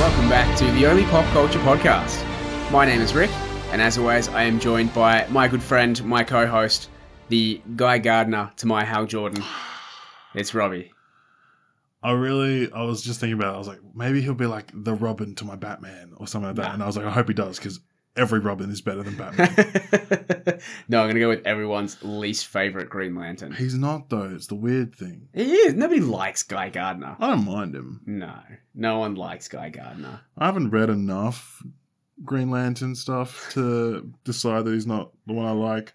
welcome back to the only pop culture podcast. My name is Rick, and as always, I am joined by my good friend, my co host, the Guy Gardner to my Hal Jordan. It's Robbie. I really, I was just thinking about. It. I was like, maybe he'll be like the Robin to my Batman or something like that. Nah. And I was like, I hope he does because every Robin is better than no, Batman. I'm going to go with everyone's least favorite Green Lantern. He's not though. It's the weird thing. He is. Nobody likes Guy Gardner. I don't mind him. No, no one likes Guy Gardner. I haven't read enough Green Lantern stuff to decide that he's not the one I like.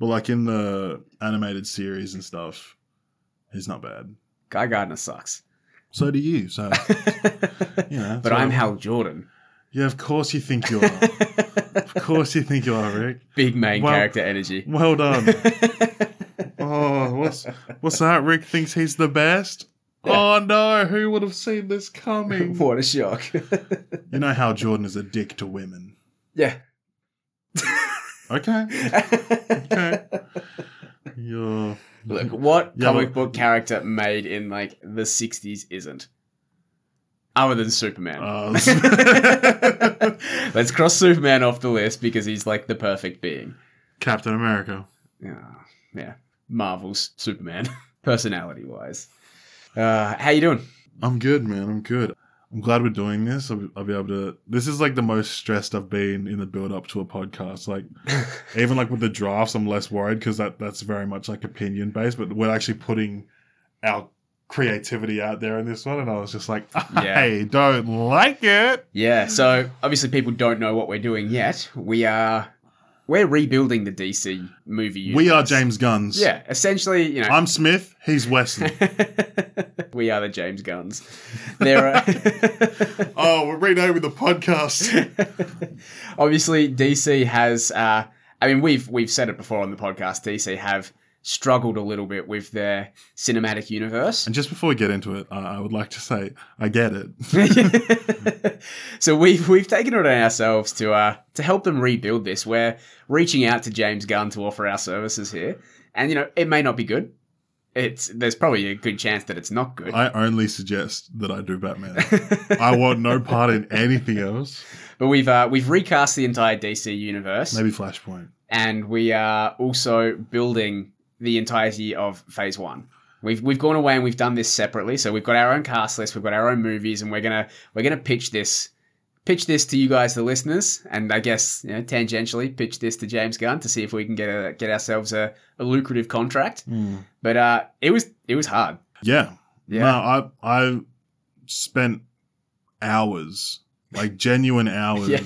But like in the animated series and stuff, he's not bad. Guy Gardner sucks. So do you. So you know. but so- I'm Hal Jordan. Yeah, of course you think you are. of course you think you are, Rick. Big main Well- character energy. Well done. Oh, what's what's that? Rick thinks he's the best. Oh no, who would have seen this coming? what a shock. You know how Jordan is a dick to women. yeah. Okay. You're Look, what Yeah, comic but- book character made in like the 60s isn't? Other than Superman. Uh, Let's cross Superman off the list because he's like the perfect being. Captain America. Yeah. yeah. Marvel's Superman, personality wise. Uh, how you doing? I'm good, man. I'm good. I'm glad we're doing this. I'll, I'll be able to. This is like the most stressed I've been in the build up to a podcast. Like, even like with the drafts, I'm less worried because that that's very much like opinion based. But we're actually putting our creativity out there in this one, and I was just like, I don't like it. Yeah, so obviously people don't know what we're doing yet. We are we're rebuilding the DC movie. We are universe. James Guns. Yeah, essentially, you know, I'm Smith. He's Wesley. we are the James Guns. There are oh, we're renaming the podcast. obviously DC has. Uh, I mean, we've we've said it before on the podcast. DC have struggled a little bit with their cinematic universe. And just before we get into it, uh, I would like to say I get it. so we've we've taken it on ourselves to uh to help them rebuild this. We're reaching out to James Gunn to offer our services here, and you know it may not be good. It's there's probably a good chance that it's not good. I only suggest that I do Batman. I want no part in anything else. but we've uh, we've recast the entire DC universe, Maybe Flashpoint. and we are also building the entirety of Phase One. We've, we've gone away and we've done this separately. So we've got our own cast list, we've got our own movies, and we're gonna we're gonna pitch this pitch this to you guys, the listeners, and I guess you know, tangentially pitch this to James Gunn to see if we can get a, get ourselves a, a lucrative contract. But uh, it was it was hard. Yeah. No, Yeah, I I spent hours, like genuine hours, yeah.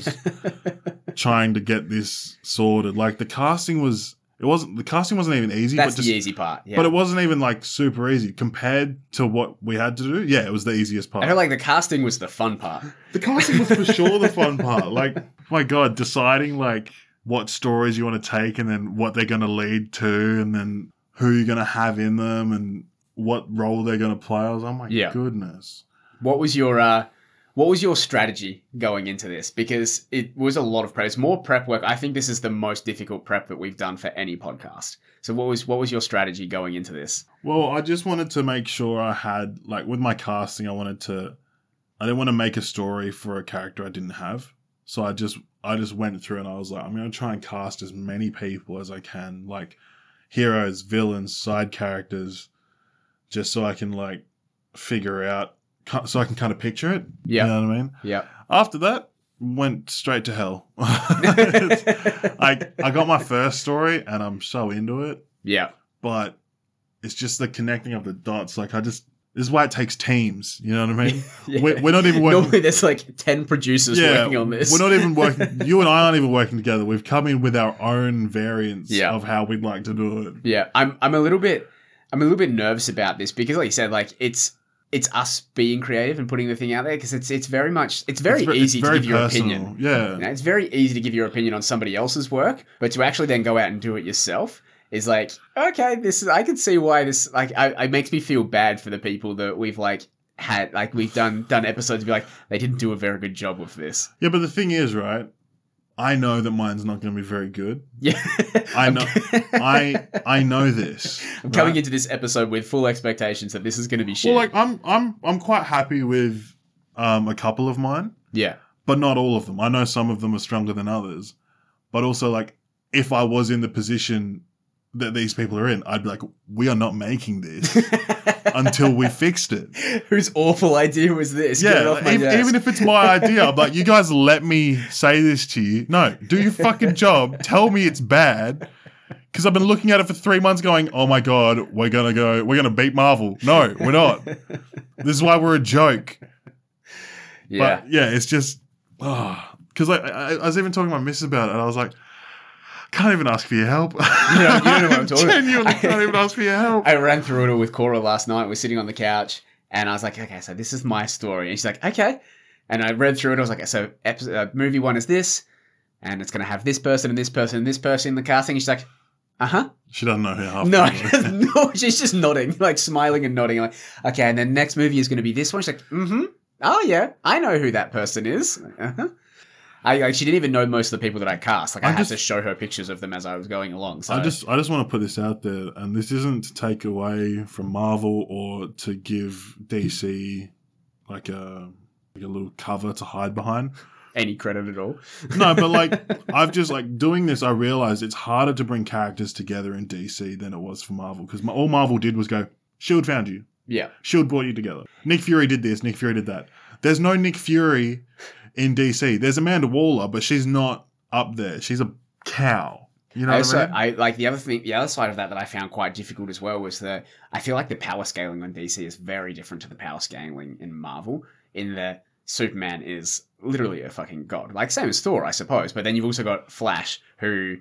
trying to get this sorted. Like the casting was, it wasn't the casting wasn't even easy, that's but just the easy part. Yeah. but it wasn't even like super easy compared to what we had to do. Yeah, it was the easiest part. I feel like the casting was the fun part. the casting was for sure the fun part. Like my god, deciding like what stories you want to take and then what they're going to lead to and then who you're going to have in them and what role they're going to play. I was, oh my Yeah. goodness. What was your uh, what was your strategy going into this? Because it was a lot of prep. It's more prep work. I think this is the most difficult prep that we've done for any podcast. So what was what was your strategy going into this? Well, I just wanted to make sure I had like with my casting, I wanted to I didn't want to make a story for a character I didn't have. So I just I just went through and I was like, I'm gonna try and cast as many people as I can, like heroes, villains, side characters, just so I can like figure out ca- so I can kind of picture it. Yeah, You know what I mean? yeah. After that, went straight to hell. I I got my first story and I'm so into it yeah, but it's just the connecting of the dots. Like I just this is why it takes teams. You know what I mean? yeah. We're, we're not even working. Normally, there's like ten producers yeah, working on this. we're not even working. You and I aren't even working together. We've come in with our own variants Yeah. of how we'd like to do it. Yeah, I'm I'm a little bit I'm a little bit nervous about this because like you said like it's it's us being creative and putting the thing out there because it's it's very much it's very It's ve- it's easy very to give your personal. opinion. Yeah, You know, it's very easy to give your opinion on somebody else's work, but to actually then go out and do it yourself is like, okay, this is I can see why this like I, it makes me feel bad for the people that we've like had like we've done done episodes be like they didn't do a very good job with this. yeah. But the thing is, right? I know that mine's not going to be very good. Yeah, I know. I I know this. I'm coming right? into this episode with full expectations that this is going to be shit. Well, like I'm I'm I'm quite happy with um, a couple of mine. Yeah. but not all of them. I know some of them are stronger than others, but also like if I was in the position that these people are in, I'd be like, we are not making this until we fixed it. Whose awful idea was this? Get it yeah, off my ev- desk. even if it's my idea, I'm like, you guys let me say this to you. No, do your fucking job. Tell me it's bad. Because I've been looking at it for three months going, oh my God, we're going to go, we're going to beat Marvel. No, we're not. this is why we're a joke. yeah. But yeah, it's just because like I, I I was even talking to my missus about it, and I was like, can't even ask for your help. You don't- you don't know what I'm talking about. Genuinely can't even ask for your help. I ran through it all with Cora last night. We're sitting on the couch, and I was like, "Okay, so this is my story." And she's like, "Okay." And I read through it. I was like, "So episode, uh, movie one is this, and it's going to have this person and this person and this person in the casting." And she's like, "Uh huh." she doesn't know who half. No, the people no, she's just nodding, like smiling and nodding. I'm like, okay, and then next movie is going to be this one. She's like, "Mm-hmm. Oh yeah, I know who that person is." Uh-huh. I, I she didn't even know most of the people that I cast. Like I, I had just- to show her pictures of them as I was going along. So are. I just I just want to put this out there, and this isn't to take away from Marvel or to give DC like a like a little cover to hide behind. any credit at all. No, but like I've just like doing this. I realized it's harder to bring characters together in DC than it was for Marvel because all Marvel did was go, "Shield found you, yeah, Shield brought you together. Nick Fury did this. Nick Fury did that. There's no Nick Fury in DC. There's Amanda Waller, but she's not up there. She's a cow. You know I what also, I mean? I like the other thing, the other side of that that I found quite difficult as well was that I feel like the power scaling on DC is very different to the power scaling in Marvel. In that Superman is literally a fucking god, like same as Thor, I suppose. But then you've also got Flash, who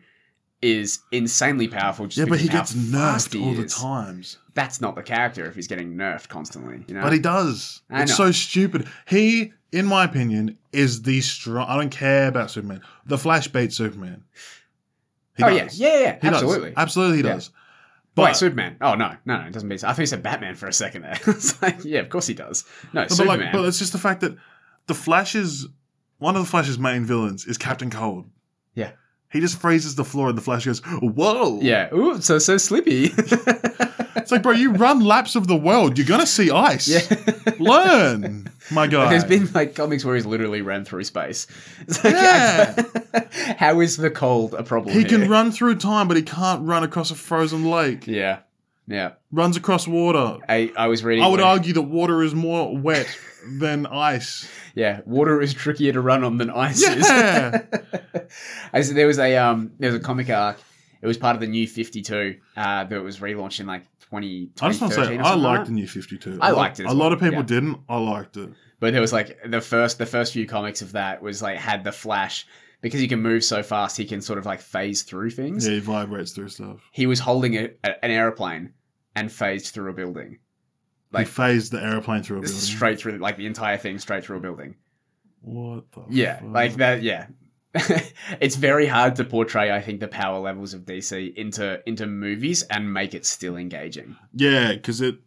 is insanely powerful. Just yeah, but because he of how gets fast nerfed he all the is. times. That's not the character if he's getting nerfed constantly. You know, But he does. I it's know. so stupid. He, in my opinion, is the strong. I don't care about Superman. The Flash beats Superman. He oh does. yeah, yeah, yeah, He does. absolutely. Absolutely, he Yeah. does. But, But Wait, Superman? Oh no, no, no, it doesn't mean. I thought you said Batman for a second there. it's like, yeah, of course he does. No, No, but Superman. like, but it's just the fact that the Flash's one of the Flash's main villains is Captain Cold. Yeah. he just freezes the floor, and the Flash goes, "Whoa!" yeah, ooh, so so slippy. it's like, bro, you run laps of the world, you're gonna see ice. Yeah. Learn, my guy. There's been like comics where he's literally ran through space. It's like, Yeah. how is the cold a problem? he can here? run through time, but he can't run across a frozen lake. Yeah. Yeah. Runs across water. I, I was reading. I would where- argue that water is more wet than ice. Yeah, water is trickier to run on than ice Yeah. is. I said there was a um there was a comic arc. It was part of the new Fifty Two uh, that was relaunched in like 20, I just want to say, 2013 or I something liked like the New Fifty Two. I liked it A as lot well, of people yeah. didn't. I liked it. But there was like the first the first few comics of that was like had the Flash because he can move so fast he can sort of like phase through things. Yeah, he vibrates through stuff. he was holding a, a- an airplane and phased through a building, Like- he phased the airplane through a building. straight through like the entire thing, straight through a building. What the? Yeah, Oh, fuck? like that. Yeah, it's very hard to portray. I think the power levels of DC into into movies and make it still engaging. Yeah, because it.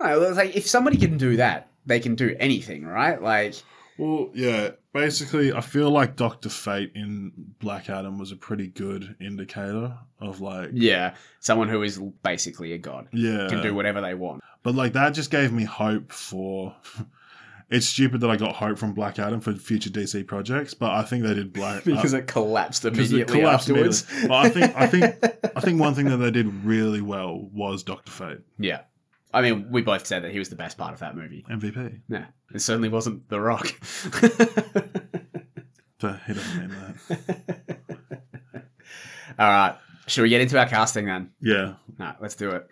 No, it's like if somebody can do that, they can do anything, right? Like, Well, yeah. Basically, I feel like Doctor Fate in Black Adam was a pretty good indicator of like. yeah, someone who is basically a god Yeah. can do whatever they want. But like that just gave me hope for. it's stupid that I got hope from Black Adam for future DC projects, but I think they did Black. uh, because it collapsed Um, because it immediately collapsed afterwards. immediately. But I think- I I think one thing that they did really well was Doctor Fate yeah. I mean, we both said that he was the best part of that movie. MVP. Yeah, it certainly wasn't The Rock. So he doesn't mean that. All right, should we get into our casting then? Yeah. No, let's do it.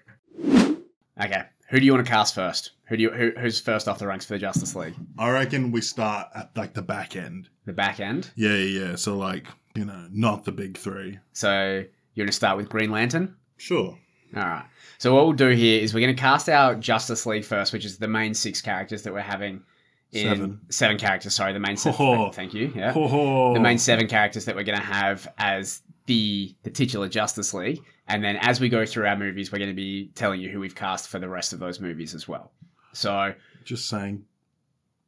Okay, who do you want to cast first? Who do you who, who's first off the ranks for the Justice League? I reckon we start at like the back end. The back end. Yeah, yeah. yeah. So like, you know, not the big three. So you're going to start with Green Lantern. Sure. All right. So what we'll do here is we're going to cast our Justice League first, which is the main six characters that we're having. In Seven. Seven characters. Sorry, the main seven. Oh. Thank you. Yeah. Ho, ho. the main seven characters that we're going to have as the the titular Justice League, and then as we go through our movies, we're going to be telling you who we've cast for the rest of those movies as well. So Just saying,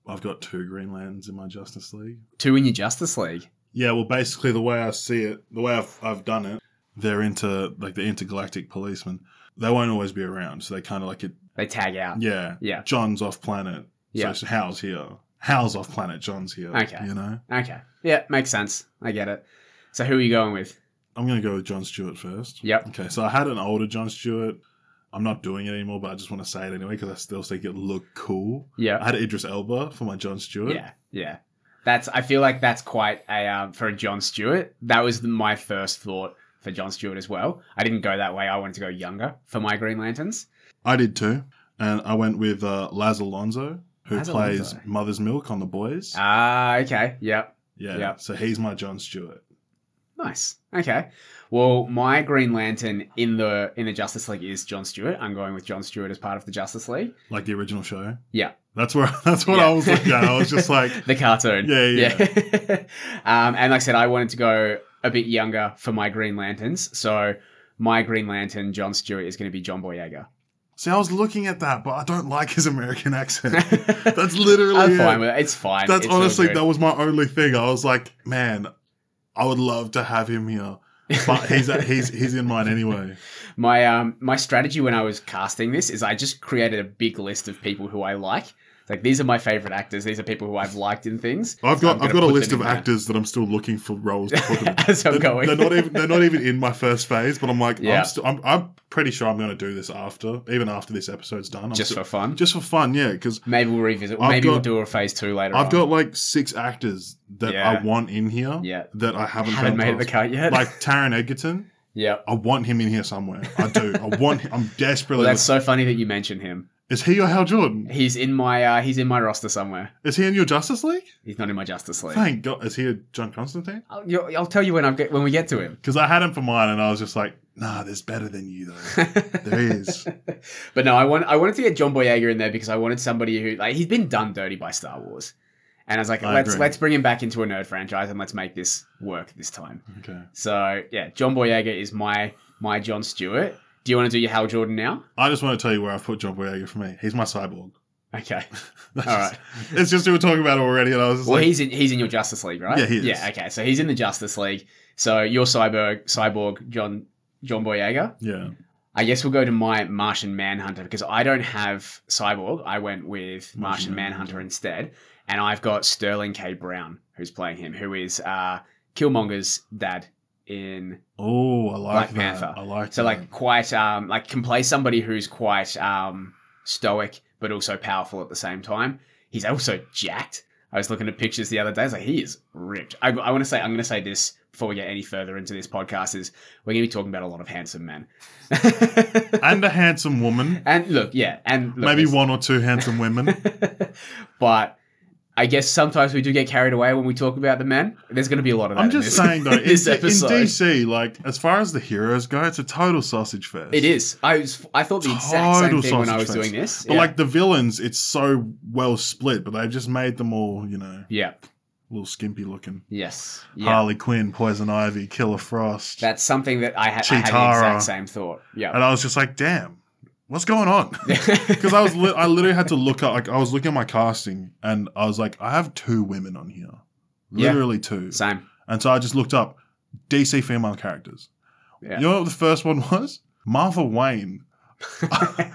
I've got two Green Lanterns in my Justice League. two in your Justice League. Yeah, well, basically the way I see it, the way I've, I've done it, they're into like the intergalactic policemen. They won't always be around, so they kind of like it. They tag out. Yeah, Yeah. John's off planet. Ah. Yeah. So Hal's here. how's off planet John's here. Okay. You know? Okay. Yeah, makes sense. I get it. So who are you going with? I'm going to go with John Stewart first. Yep. Okay, so I had an older John Stewart. I'm not doing it anymore, but I just want to say it anyway because I still think it looked cool. I Yeah. had Idris Elba for my John Stewart. Yeah. Yeah. That's. I feel like that's quite a um, for a John Stewart. That was the, my first thought for John Stewart as well. I didn't go that way. I wanted to go younger for my Green Lanterns. I did too. And I went with uh, Laz Alonso, who Laz plays Alonso. Mother's Milk on The Boys. Ah. okay. Yep. yeah. yeah. So he's my John Stewart. Nice. Okay. Well, my Green Lantern in the in the Justice League is John Stewart. I'm going with John Stewart as part of the Justice League. Like the original show. Yeah. That's where that's what I Yeah. was looking at. I was just like, the cartoon. Yeah, yeah. um, and like I said, I wanted to go a bit younger for my Green Lanterns, so my Green Lantern John Stewart is going to be John Boyega. see, I was looking at that, but I don't like his American accent. That's literally I'm it. fine with it. It's fine. That's honestly that no. was my only thing. I was like, man, I would love to have him here, but he's he's he's in mine anyway. my um my strategy when I was casting this is I just created a big list of people who I like. Like these are my favorite actors. These are people who I've liked in things. I've So I'm got gonna I've got a put list them of in there. actors that I'm still looking for roles to put them. As I'm They're, going, they're not even they're not even in my first phase, but I'm like Yeah. I'm, still, I'm I'm pretty sure I'm going to do this after even after this episode's done. I'm just still- for fun. just for fun, yeah. Because Maybe we'll revisit. I've Maybe we'll got- do a phase two later. I've on. got like six actors that Yeah. I want in here yeah. that I haven't, Haven't found made the cast. cut yet. Like Taron Egerton, yeah. I want him in here somewhere. I do. I want. Him, I'm desperately. Well, that's so funny that you mention him. Is he your Hal Jordan? He's in my uh, he's in my roster somewhere. Is he in your Justice League? He's not in my Justice League. Thank God. Is he a John Constantine? I'll, you'll- I'll tell you when I get when we get to him. Because I had him for mine, and I was just like, Nah, there's better than you though. There is. but no, I want I wanted to get John Boyega in there because I wanted somebody who like he's been done dirty by Star Wars, and I was like, I let's agree. let's bring him back into a nerd franchise and let's make this work this time. okay. So yeah, John Boyega is my my John Stewart. Do you want to do your Hal Jordan now? I just want to tell you where I've put John Boyega for me. He's my cyborg. Okay. That's All just- It's just we were talking about it already, and I was just Well, like, he's in he's in your Justice League, right? Yeah, he is. Yeah, okay. So he's in the Justice League. So your cyborg cyborg John John Boyega. Yeah. I guess we'll go to my Martian Manhunter because I don't have Cyborg. I went with Martian, Martian Manhunter, Manhunter. instead, and I've got Sterling K. Brown who's playing him, who is uh, Killmonger's dad in Oh, I like Black that. Panther. I like so that. like quite um like can play somebody who's quite um stoic but also powerful at the same time. He's also jacked. I was looking at pictures the other day. I was like, he is ripped. I, I want to say I'm going to say this before we get any further into this podcast is we're going to be talking about a lot of handsome men. and, and a handsome woman, look, yeah, and look, maybe there's- one or two handsome women. but I guess sometimes we do get carried away when we talk about the men. There's going to be a lot of that. in I'm just this- saying though, in, in this episode. DC, like as far as the heroes go, it's a total sausage fest. It is. I was. I thought the exact same Total thing when I was sausage doing this. But yeah. like the villains, it's so well split, but they've just made them all, you know, yeah. a little skimpy looking. Yes. Yeah. Harley Quinn, Poison Ivy, Killer Frost. That's something that I had. I had the Chitara. exact same thought. Yeah. and I was just like, damn, what's going on? Because I was, li- I literally had to look at, like, I was looking at my casting, and I was like, I have two women on here, Yeah. literally two. same. And so I just looked up DC female characters. Yeah. You know what the first one was? Martha Wayne.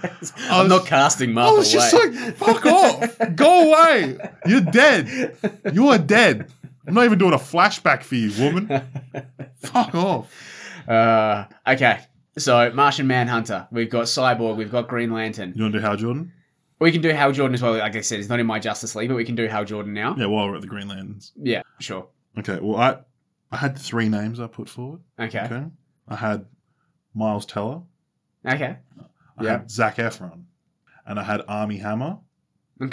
I'm not casting Martha. I was just Wayne. like, fuck off, go away, you're dead. You are dead. I'm not even doing a flashback for you, woman. Fuck off. uh, okay. So Martian Manhunter. We've got Cyborg. We've got Green Lantern. You want to do Hal Jordan? We can do Hal Jordan as well. Like I said, he's not in my Justice League, but we can do Hal Jordan now. Yeah, while we're at the Green Lanterns. Yeah, sure. Okay, well, I I had three names I put forward. Okay. Okay. Okay. I had Miles Teller, Okay. I Yeah. had Zach Efron, and I had Army Hammer. Do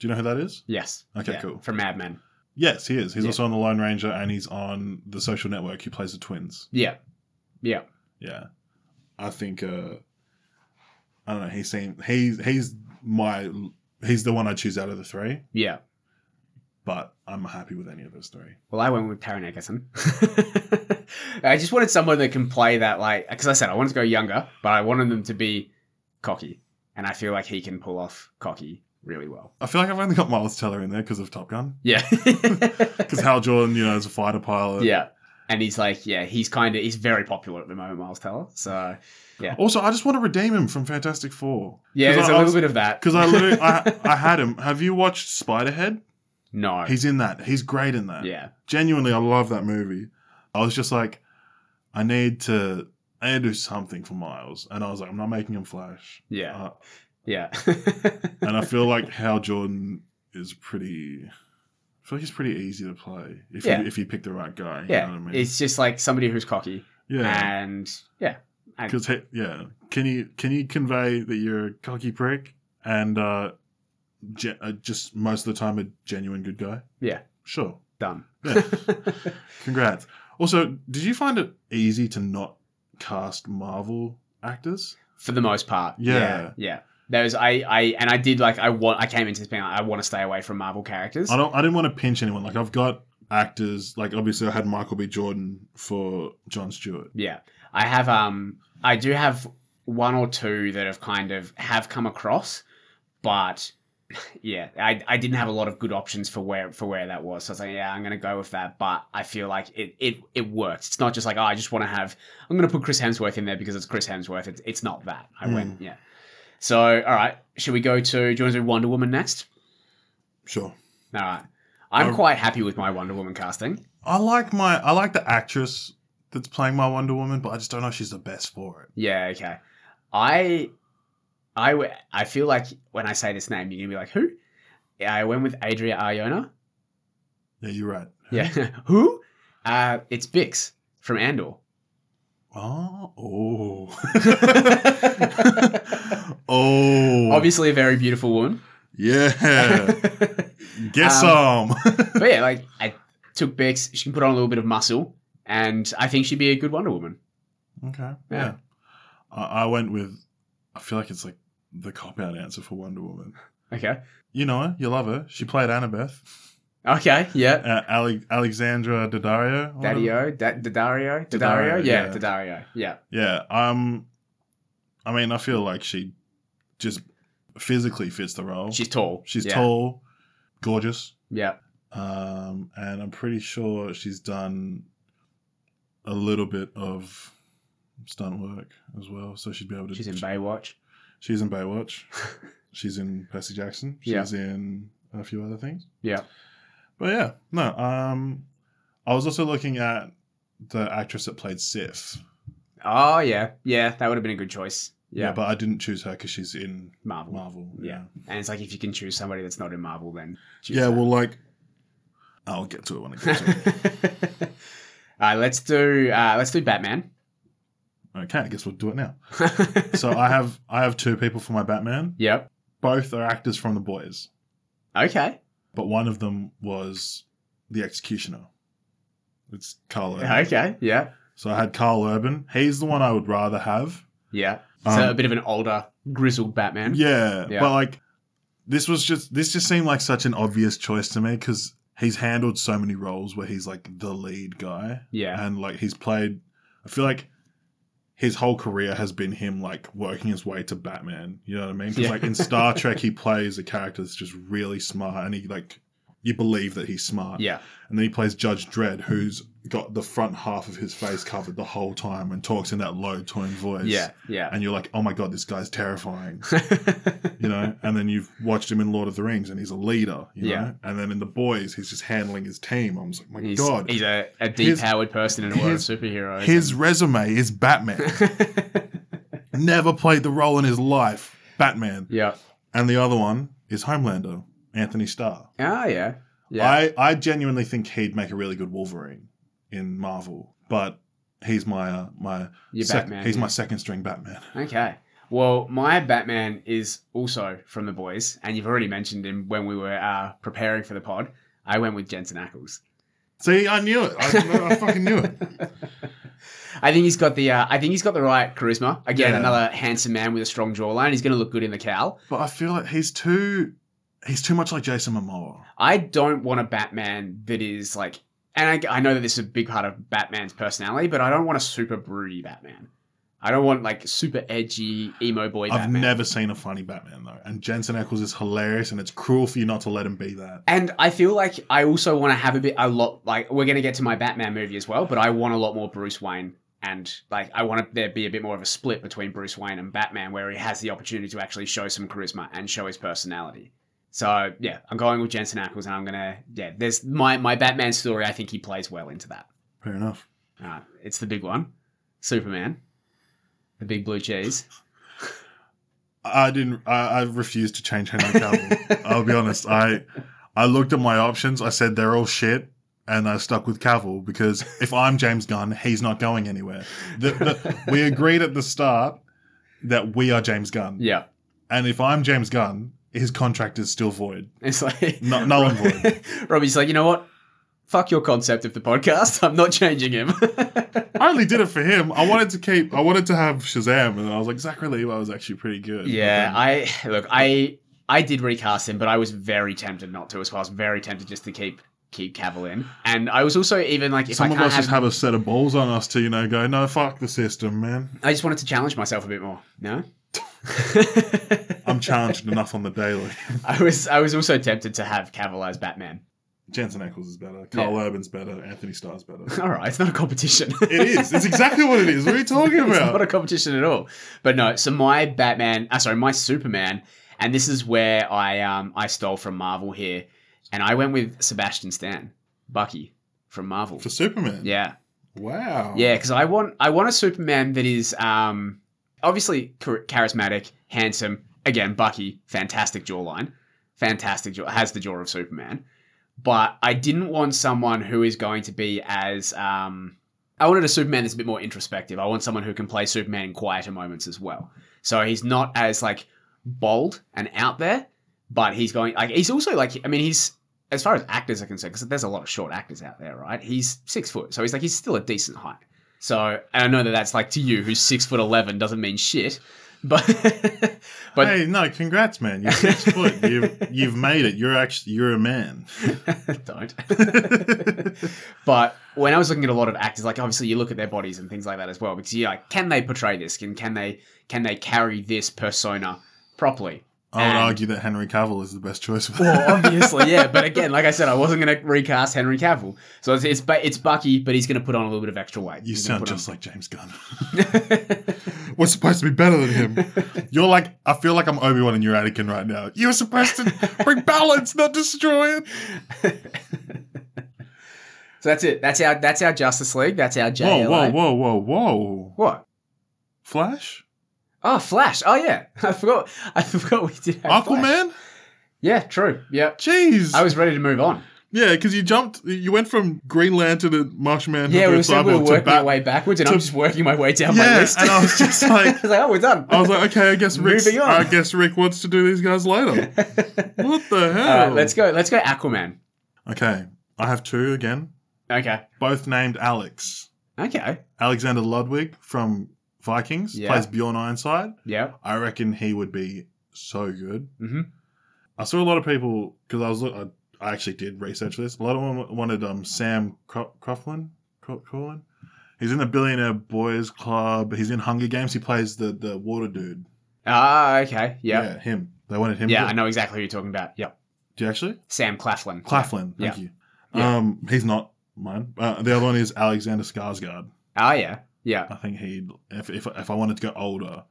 you know who that is? Yes. Okay, Yeah. cool. From Mad Men. Yes, he is. He's Yeah. also on The Lone Ranger and he's on The Social Network. He plays the twins. Yeah. Yeah. Yeah. I think, uh, I don't know, he seemed, he's, he's my, he's the one I choose out of the three, Yeah. but I'm happy with any of those three. Well, I went with Taron Egerton. I just wanted someone that can play that, like, because I said I wanted to go younger, but I wanted them to be cocky, and I feel like he can pull off cocky really well. I feel like I've only got Miles Teller in there because of Top Gun. Yeah, Because Hal Jordan, you know, is a fighter pilot. yeah, and he's like, yeah, he's kind of he's very popular at the moment, Miles Teller. So Also, I just want to redeem him from Fantastic Four. yeah, 'Cause there's I- a I little was- bit of that Because I literally, I, I had him. Have you watched Spiderhead? No. He's in that. He's great in that. yeah. Genuinely, I love that movie. I was just like, I need to, I need to do something for Miles, and I was like, I'm not making him Flash. Yeah. Uh, yeah. and I feel like Hal Jordan is pretty. I feel like he's pretty easy to play if Yeah. you if you pick the right guy. yeah. you know what I mean? It's just like somebody who's cocky. yeah, And yeah. and- because yeah, can you can you convey that you're a cocky prick and uh, ge- uh, just most of the time a genuine good guy? Yeah. sure. Done. Yeah. Congrats. Also, did you find it easy to not cast Marvel actors? For the most part. Yeah. Yeah. Yeah. Those I, I and I did like I want I came into this being like I want to stay away from Marvel characters. I don't. I didn't want to pinch anyone. Like I've got actors. Like obviously, I had Michael B. Jordan for John Stewart. Yeah. I have um I do have one or two that have kind of have come across, but yeah, I, I didn't have a lot of good options for where for where that was. So I was like, yeah, I'm gonna go with that, but I feel like it it, it works. It's not just like, oh, I just wanna have I'm gonna put Chris Hemsworth in there because it's Chris Hemsworth. It's it's not that. I went, yeah. So all right, should we go to do you want to do Wonder Woman next? Sure. All right. I'm Oh. quite happy with my Wonder Woman casting. I like my. I like the actress that's playing my Wonder Woman, but I just don't know if she's the best for it. Yeah, okay. I, I, w- I feel like when I say this name, you're gonna be like, who? Yeah, I went with Adria Iona. Yeah, you're right. Yeah, who? Uh, it's Bix from Andor. Oh. Oh. oh. Obviously, a very beautiful woman. Yeah. Get some. but yeah, like I took Bix. She can put on a little bit of muscle, and I think she'd be a good Wonder Woman. Okay. Yeah. Yeah. I, I went with. I feel like it's like the cop out answer for Wonder Woman. Okay. You know her. You love her. She played Annabeth. Okay. Yeah. Uh, Ale- Alexandra Daddario. or whatever. Daddio, da- Daddario, Oh. Daddario, Daddario, yeah, yeah. Daddario, yeah, Yeah. Um. I mean, I feel like she just physically fits the role. Oh. she's tall, She's yeah. tall, gorgeous. yeah, Um, and I'm pretty sure she's done a little bit of stunt work as well, so she'd be able to. she's in Baywatch, She's in Baywatch. She's in Percy Jackson. She's Yeah. in a few other things. yeah, But yeah, no. Um, I was also looking at the actress that played Sif. Oh yeah, yeah, that would have been a good choice. Yeah, but I didn't choose her because she's in Marvel. Marvel. Yeah. and it's like if you can choose somebody that's not in Marvel, then choose Yeah. that. Well, like, I'll get to it when I get to it. All right, let's do uh, let's do Batman. okay, I guess we'll do it now. So I have I have two people for my Batman. yep. Both are actors from The Boys, Okay. but one of them was the Executioner. It's Carl Urban. Okay. Yeah. So I had Carl Urban. He's the one I would rather have. Yeah. So Um, a bit of an older, grizzled Batman. Yeah, Yeah. but like this was just this just seemed like such an obvious choice to me because he's handled so many roles where he's like the lead guy Yeah. and like he's played. I feel like his whole career has been him like working his way to Batman. You know what I mean? Because Yeah. like in Star Trek, he plays a character that's just really smart and he like you believe that he's smart. Yeah. And then he plays Judge Dredd, who's got the front half of his face covered the whole time and talks in that low tone voice. Yeah. Yeah. And you're like, oh my god, this guy's terrifying you know, and then you've watched him in Lord of the Rings and he's a leader, you Yeah. know, and then in The Boys, he's just handling his team. I was like, my he's, God, he's a, a His- depowered person in a world of his- superheroes. his resume is Batman. Never played the role in his life, Batman. yeah. And the other one is Homelander, Anthony Starr. Oh yeah. Yeah. I, I genuinely think he'd make a really good Wolverine in Marvel, but he's my, uh, my, Your sec- Batman. he's my second string Batman. Okay. Well, my Batman is also from the boys, and you've already mentioned him when we were uh, preparing for the pod. I went with Jensen Ackles. See, I knew it. I, I fucking knew it. I think he's got the. Uh, I think he's got the right charisma. Again, Yeah. another handsome man with a strong jawline. He's going to look good in the cowl. But I feel like he's too, he's too much like Jason Momoa. I don't want a Batman that is like. And I, I know that this is a big part of Batman's personality, but I don't want a super broody Batman. I don't want like super edgy emo boy I've Batman. never seen a funny Batman though, and Jensen Ackles is hilarious, and it's cruel for you not to let him be that. And I feel like I also want to have a bit, a lot, like, we're going to get to my Batman movie as well, but I want a lot more Bruce Wayne. And, like, I want to, there be a bit more of a split between Bruce Wayne and Batman where he has the opportunity to actually show some charisma and show his personality. So yeah, I'm going with Jensen Ackles, and I'm gonna yeah. There's my my Batman story. I think he plays well into that. Fair enough. Uh, it's the big one, Superman, the big blue cheese. I didn't. I, I refused to change Henry Cavill. I'll be honest. I I looked at my options. I said they're all shit, and I stuck with Cavill because if I'm James Gunn, he's not going anywhere. The, the, we agreed at the start that we are James Gunn, Yeah, and if I'm James Gunn, his contract is still void. it's like No, null and void. Robbie's like, you know what? Fuck your concept of the podcast. I'm not changing him. I only did it for him. I wanted to keep. I wanted to have Shazam, and I was like, Zachary Levi was actually pretty good. yeah, I look, I I did recast him, but I was very tempted not to as well. I was very tempted just to keep keep Cavill in, and I was also even like, if Some I of can't us just have- have a set of balls on us to, you know, go, no, fuck the system, man. I just wanted to challenge myself a bit more. No. I'm challenged enough on the daily. I was I was also tempted to have Cavill as Batman. Jensen Ackles is better. Carl Urban's better. Anthony Starr's better. All right, it's not a competition. it is. It's exactly what it is. What are you talking It's not about? a competition at all. But no, so my Batman, uh, sorry, my Superman, and this is where I um I stole from Marvel here, and I went with Sebastian Stan, Bucky from Marvel. For Superman. Yeah, Wow. yeah, because I want I want a Superman that is um obviously char- charismatic, handsome. Again, Bucky, fantastic jawline, fantastic jaw has the jaw of Superman. But I didn't want someone who is going to be as um I wanted a Superman that's a bit more introspective. I want someone who can play Superman in quieter moments as well. So he's not as like bold and out there, but he's going like he's also like I mean he's as far as actors are concerned because there's a lot of short actors out there, right? He's six foot, so he's like he's still a decent height. So and I know that that's like to you who's six foot eleven doesn't mean shit, but but hey, no, congrats, man. You're six foot. You've you've made it. You're actually you're a man. don't. but when I was looking at a lot of actors, like obviously you look at their bodies and things like that as well, because you're like, can they portray this? Can can they can they carry this persona properly? I would And- argue that Henry Cavill is the best choice. For that. Well, obviously, yeah. But again, like I said, I wasn't going to recast Henry Cavill, so it's it's, Bu- it's Bucky, but he's going to put on a little bit of extra weight. You He's gonna sound put just like James Gunn. We're supposed to be better than him. You're like, I feel like I'm Obi Wan and you're Anakin right now. You're supposed to bring balance, not destroy it. on- So that's it. That's our that's our Justice League. That's our JLA. Whoa, whoa, whoa, whoa, whoa! What? Flash, Oh, Flash. Oh yeah, I forgot. I forgot we did. have Flash. Aquaman. Yeah, true. Yep. Jeez. I was ready to move on. Yeah, because you jumped, you went from Green Lantern and Martian Manhunter Yeah, we were and saying we were Cyborg to working our Bat. way backwards, and I'm to- just working my way down my Yeah, list. and I was just I like, was like, oh, we're done. I was like, okay, I guess Rick. Moving on. I guess Rick wants to do these guys later. what the hell? All right, let's go. Let's go, Aquaman. Okay, I have two again, Okay. both named Alex. Okay. Alexander Ludwig from Vikings Yeah. plays Bjorn Ironside. Yeah. I reckon he would be so good. Mhm. I saw a lot of people because I was look, I, I actually did research this. A lot of them wanted um Sam Cro- Coughlin. Cro- Coughlin? He's in the Billionaire Boys Club. He's in Hunger Games. He plays the the water dude. Ah. okay. Yeah. yeah, him. They wanted Yeah. him. to- I know exactly who you're talking about. Yep. Do you actually? Sam Claflin. Claflin. Thank you. Um, he's not mine. Uh, the other one is Alexander Skarsgård. Oh yeah. Yeah. I think he. If if if I wanted to go older,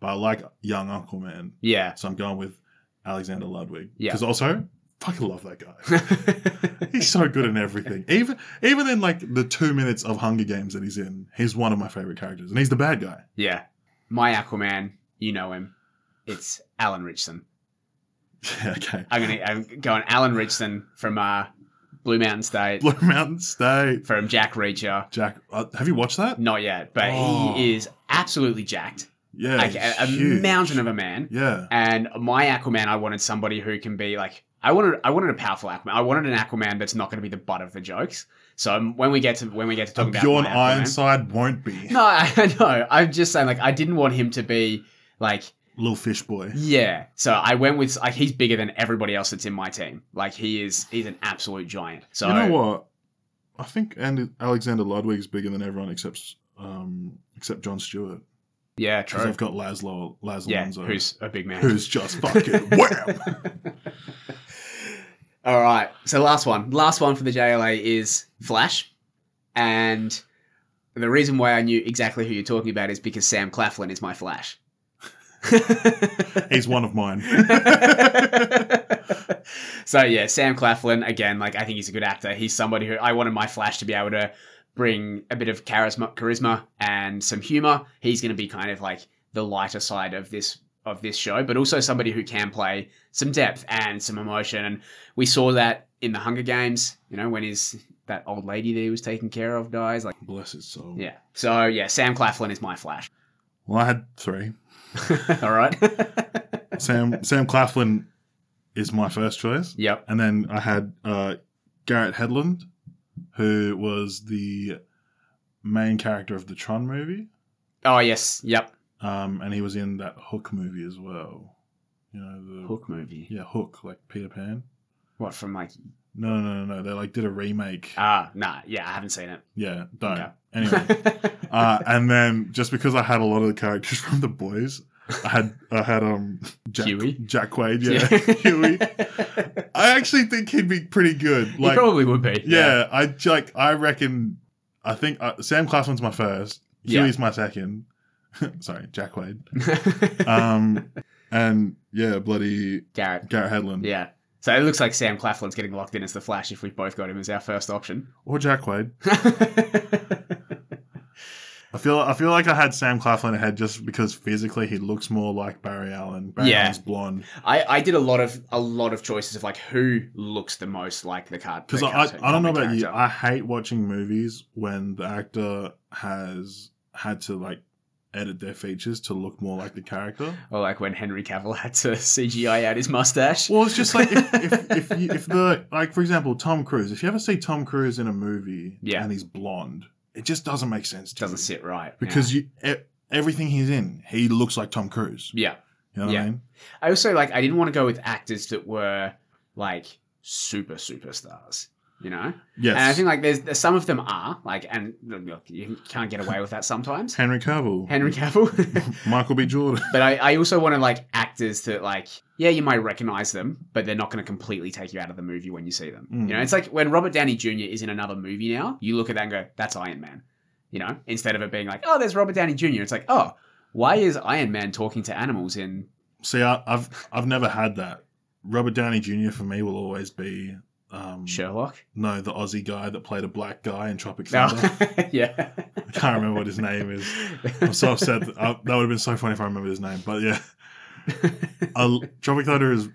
but I like young Uncle Man. Yeah. So I'm going with Alexander Ludwig. Yeah. Because also, fucking love that guy. he's so good in everything. Even even in like the two minutes of Hunger Games that he's in, he's one of my favorite characters, and he's the bad guy. yeah. My Aquaman. You know him. It's Alan Richson. Yeah. Okay. I'm gonna I'm going Alan Richson from uh, Blue Mountain State, Blue Mountain State. from Jack Reacher. Jack, uh, have you watched that? Not yet, but Oh. he is absolutely jacked. Yeah. like a, a huge. mountain of a man. Yeah. And my Aquaman, I wanted somebody who can be like, I wanted, I wanted a powerful Aquaman. I wanted an Aquaman that's not going to be the butt of the jokes. So um, when we get to when we get to A talking about Bjorn my Aquaman- Ironside won't be no, I know. I'm just saying, like, I didn't want him to be like, little fish boy. yeah. So I went with like he's bigger than everybody else that's in my team. Like he is, he's an absolute giant. So you know what? I think and Alexander Ludwig's bigger than everyone except um except John Stewart yeah, because true. I've got Laszlo Laszlo Yeah, Alonso, who's a big man. who's just fucking wham. All right. So last one. Last one for the JLA is Flash. And the reason why I knew exactly who you're talking about is because Sam Claflin is my Flash. He's one of mine. so yeah, Sam Claflin again. Like I think he's a good actor. He's somebody who I wanted my Flash to be able to bring a bit of charisma, charisma and some humor. He's going to be kind of like the lighter side of this of this show, but also somebody who can play some depth and some emotion. And we saw that in the Hunger Games. You know when his that old lady that he was taking care of dies. Like Bless his soul. yeah. So yeah, Sam Claflin is my Flash. Well, I had three. All right. Sam Sam Claflin is my first choice, yep. and then I had uh, Garrett Hedlund, who was the main character of the Tron movie, Oh yes. Yep. um, and he was in that Hook movie as well. You know the Hook movie. Yeah, Hook, like Peter Pan. What from like? No, no, no, no. They like did a remake. Ah, nah. Yeah, I haven't seen it. yeah, don't. okay. Anyway, uh, and then just because I had a lot of the characters from the boys, I had I had um Jack Huey? Jack Quaid, yeah, Huey. I actually think he'd be pretty good. he Like, probably would be. yeah, I like. I reckon. I think uh, Sam Claflin's my first. Yeah. Huey's my second. Sorry, Jack Wade. Yeah. Um, and yeah, bloody Garrett. Garrett Hedlund. Yeah. So it looks like Sam Claflin's getting locked in as the Flash if we both got him as our first option. or Jack Wade. yeah, I feel. I feel like I had Sam Claflin ahead just because physically he looks more like Barry Allen. Barry Yeah. Allen's blonde. I, I did a lot of a lot of choices of like who looks the most like the card. Because the I, I, cartoon I don't know comic about you, character. I hate watching movies when the actor has had to like edit their features to look more like the character. or like when Henry Cavill had to CGI out his mustache. Well, it's just like if if, if, you, if the like for example Tom Cruise, if you ever see Tom Cruise in a movie Yeah. and he's blonde, it just doesn't make sense. To doesn't me. sit right yeah. because you e- everything he's in, he looks like Tom Cruise. yeah. You know what Yeah. I mean? I also like I didn't want to go with actors that were like super superstars. You know, Yes. and I think like there's, there's some of them are like, and look, you can't get away with that sometimes. Henry Cavill, Henry Cavill, Michael B. Jordan. But I, I also want to like actors that like yeah you might recognize them, but they're not going to completely take you out of the movie when you see them. Mm. You know, it's like when Robert Downey Jr. is in another movie now, you look at that and go, "That's Iron Man," you know, instead of it being like, "Oh, there's Robert Downey Jr." It's like, "Oh, why is Iron Man talking to animals in?" See, I, I've I've never had that. Robert Downey Jr. for me will always be um, Sherlock. No, the Aussie guy that played a black guy in Tropic No. Thunder. yeah. I can't remember what his name is. I'm so upset. That, I, that would have been so funny if I remembered his name. But yeah, I, Tropic Thunder is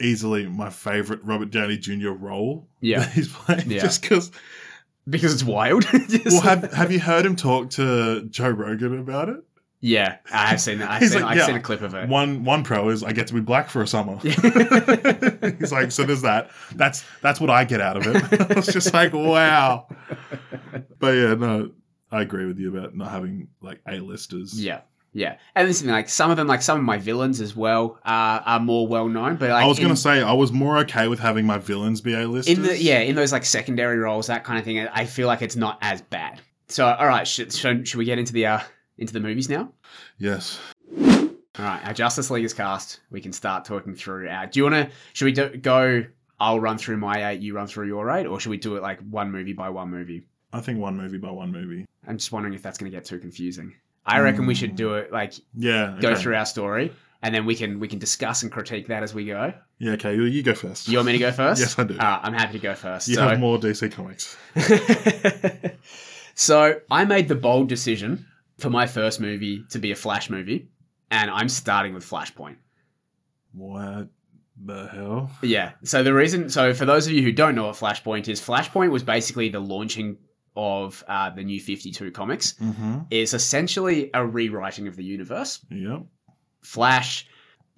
easily my favorite Robert Downey Jr. role yeah, that he's playing. Yeah. Just because. because it's wild. Just- Well, have have you heard him talk to Joe Rogan about it? yeah, I have seen that. I've, He's seen, like, I've yeah, seen a clip of it. One one pro is I get to be black for a summer. He's like, so there's that. That's that's what I get out of it. I was just like, wow. But yeah, no, I agree with you about not having like A-listers. Yeah, yeah, and this is like some of them, like some of my villains as well, are are more well known. But like I was in, gonna say I was more okay with having my villains be A-listers. in the yeah in those like secondary roles, that kind of thing. I feel like it's not as bad. So all right, should should, should we get into the uh, into the movies now? Yes. All right, our Justice League is cast. We can start talking through. Our, do you want to? Should we do, go? I'll run through my eight, you run through your eight, or should we do it like one movie by one movie? I think one movie by one movie. I'm just wondering if that's going to get too confusing. I reckon we should Mm. do it like Yeah. go okay. through our story, and then we can we can discuss and critique that as we go. Yeah. Okay. You, you go first. You want me to go first? Yes, I do. Uh, I'm happy to go first. you so, have more DC comics. so I made the bold decision for my first movie to be a Flash movie, and I'm starting with Flashpoint. What the hell? Yeah. So the reason, so for those of you who don't know what Flashpoint is, Flashpoint was basically the launching of uh, the New Fifty Two comics. Mm-hmm. It's essentially a rewriting of the universe. Yep. Flash.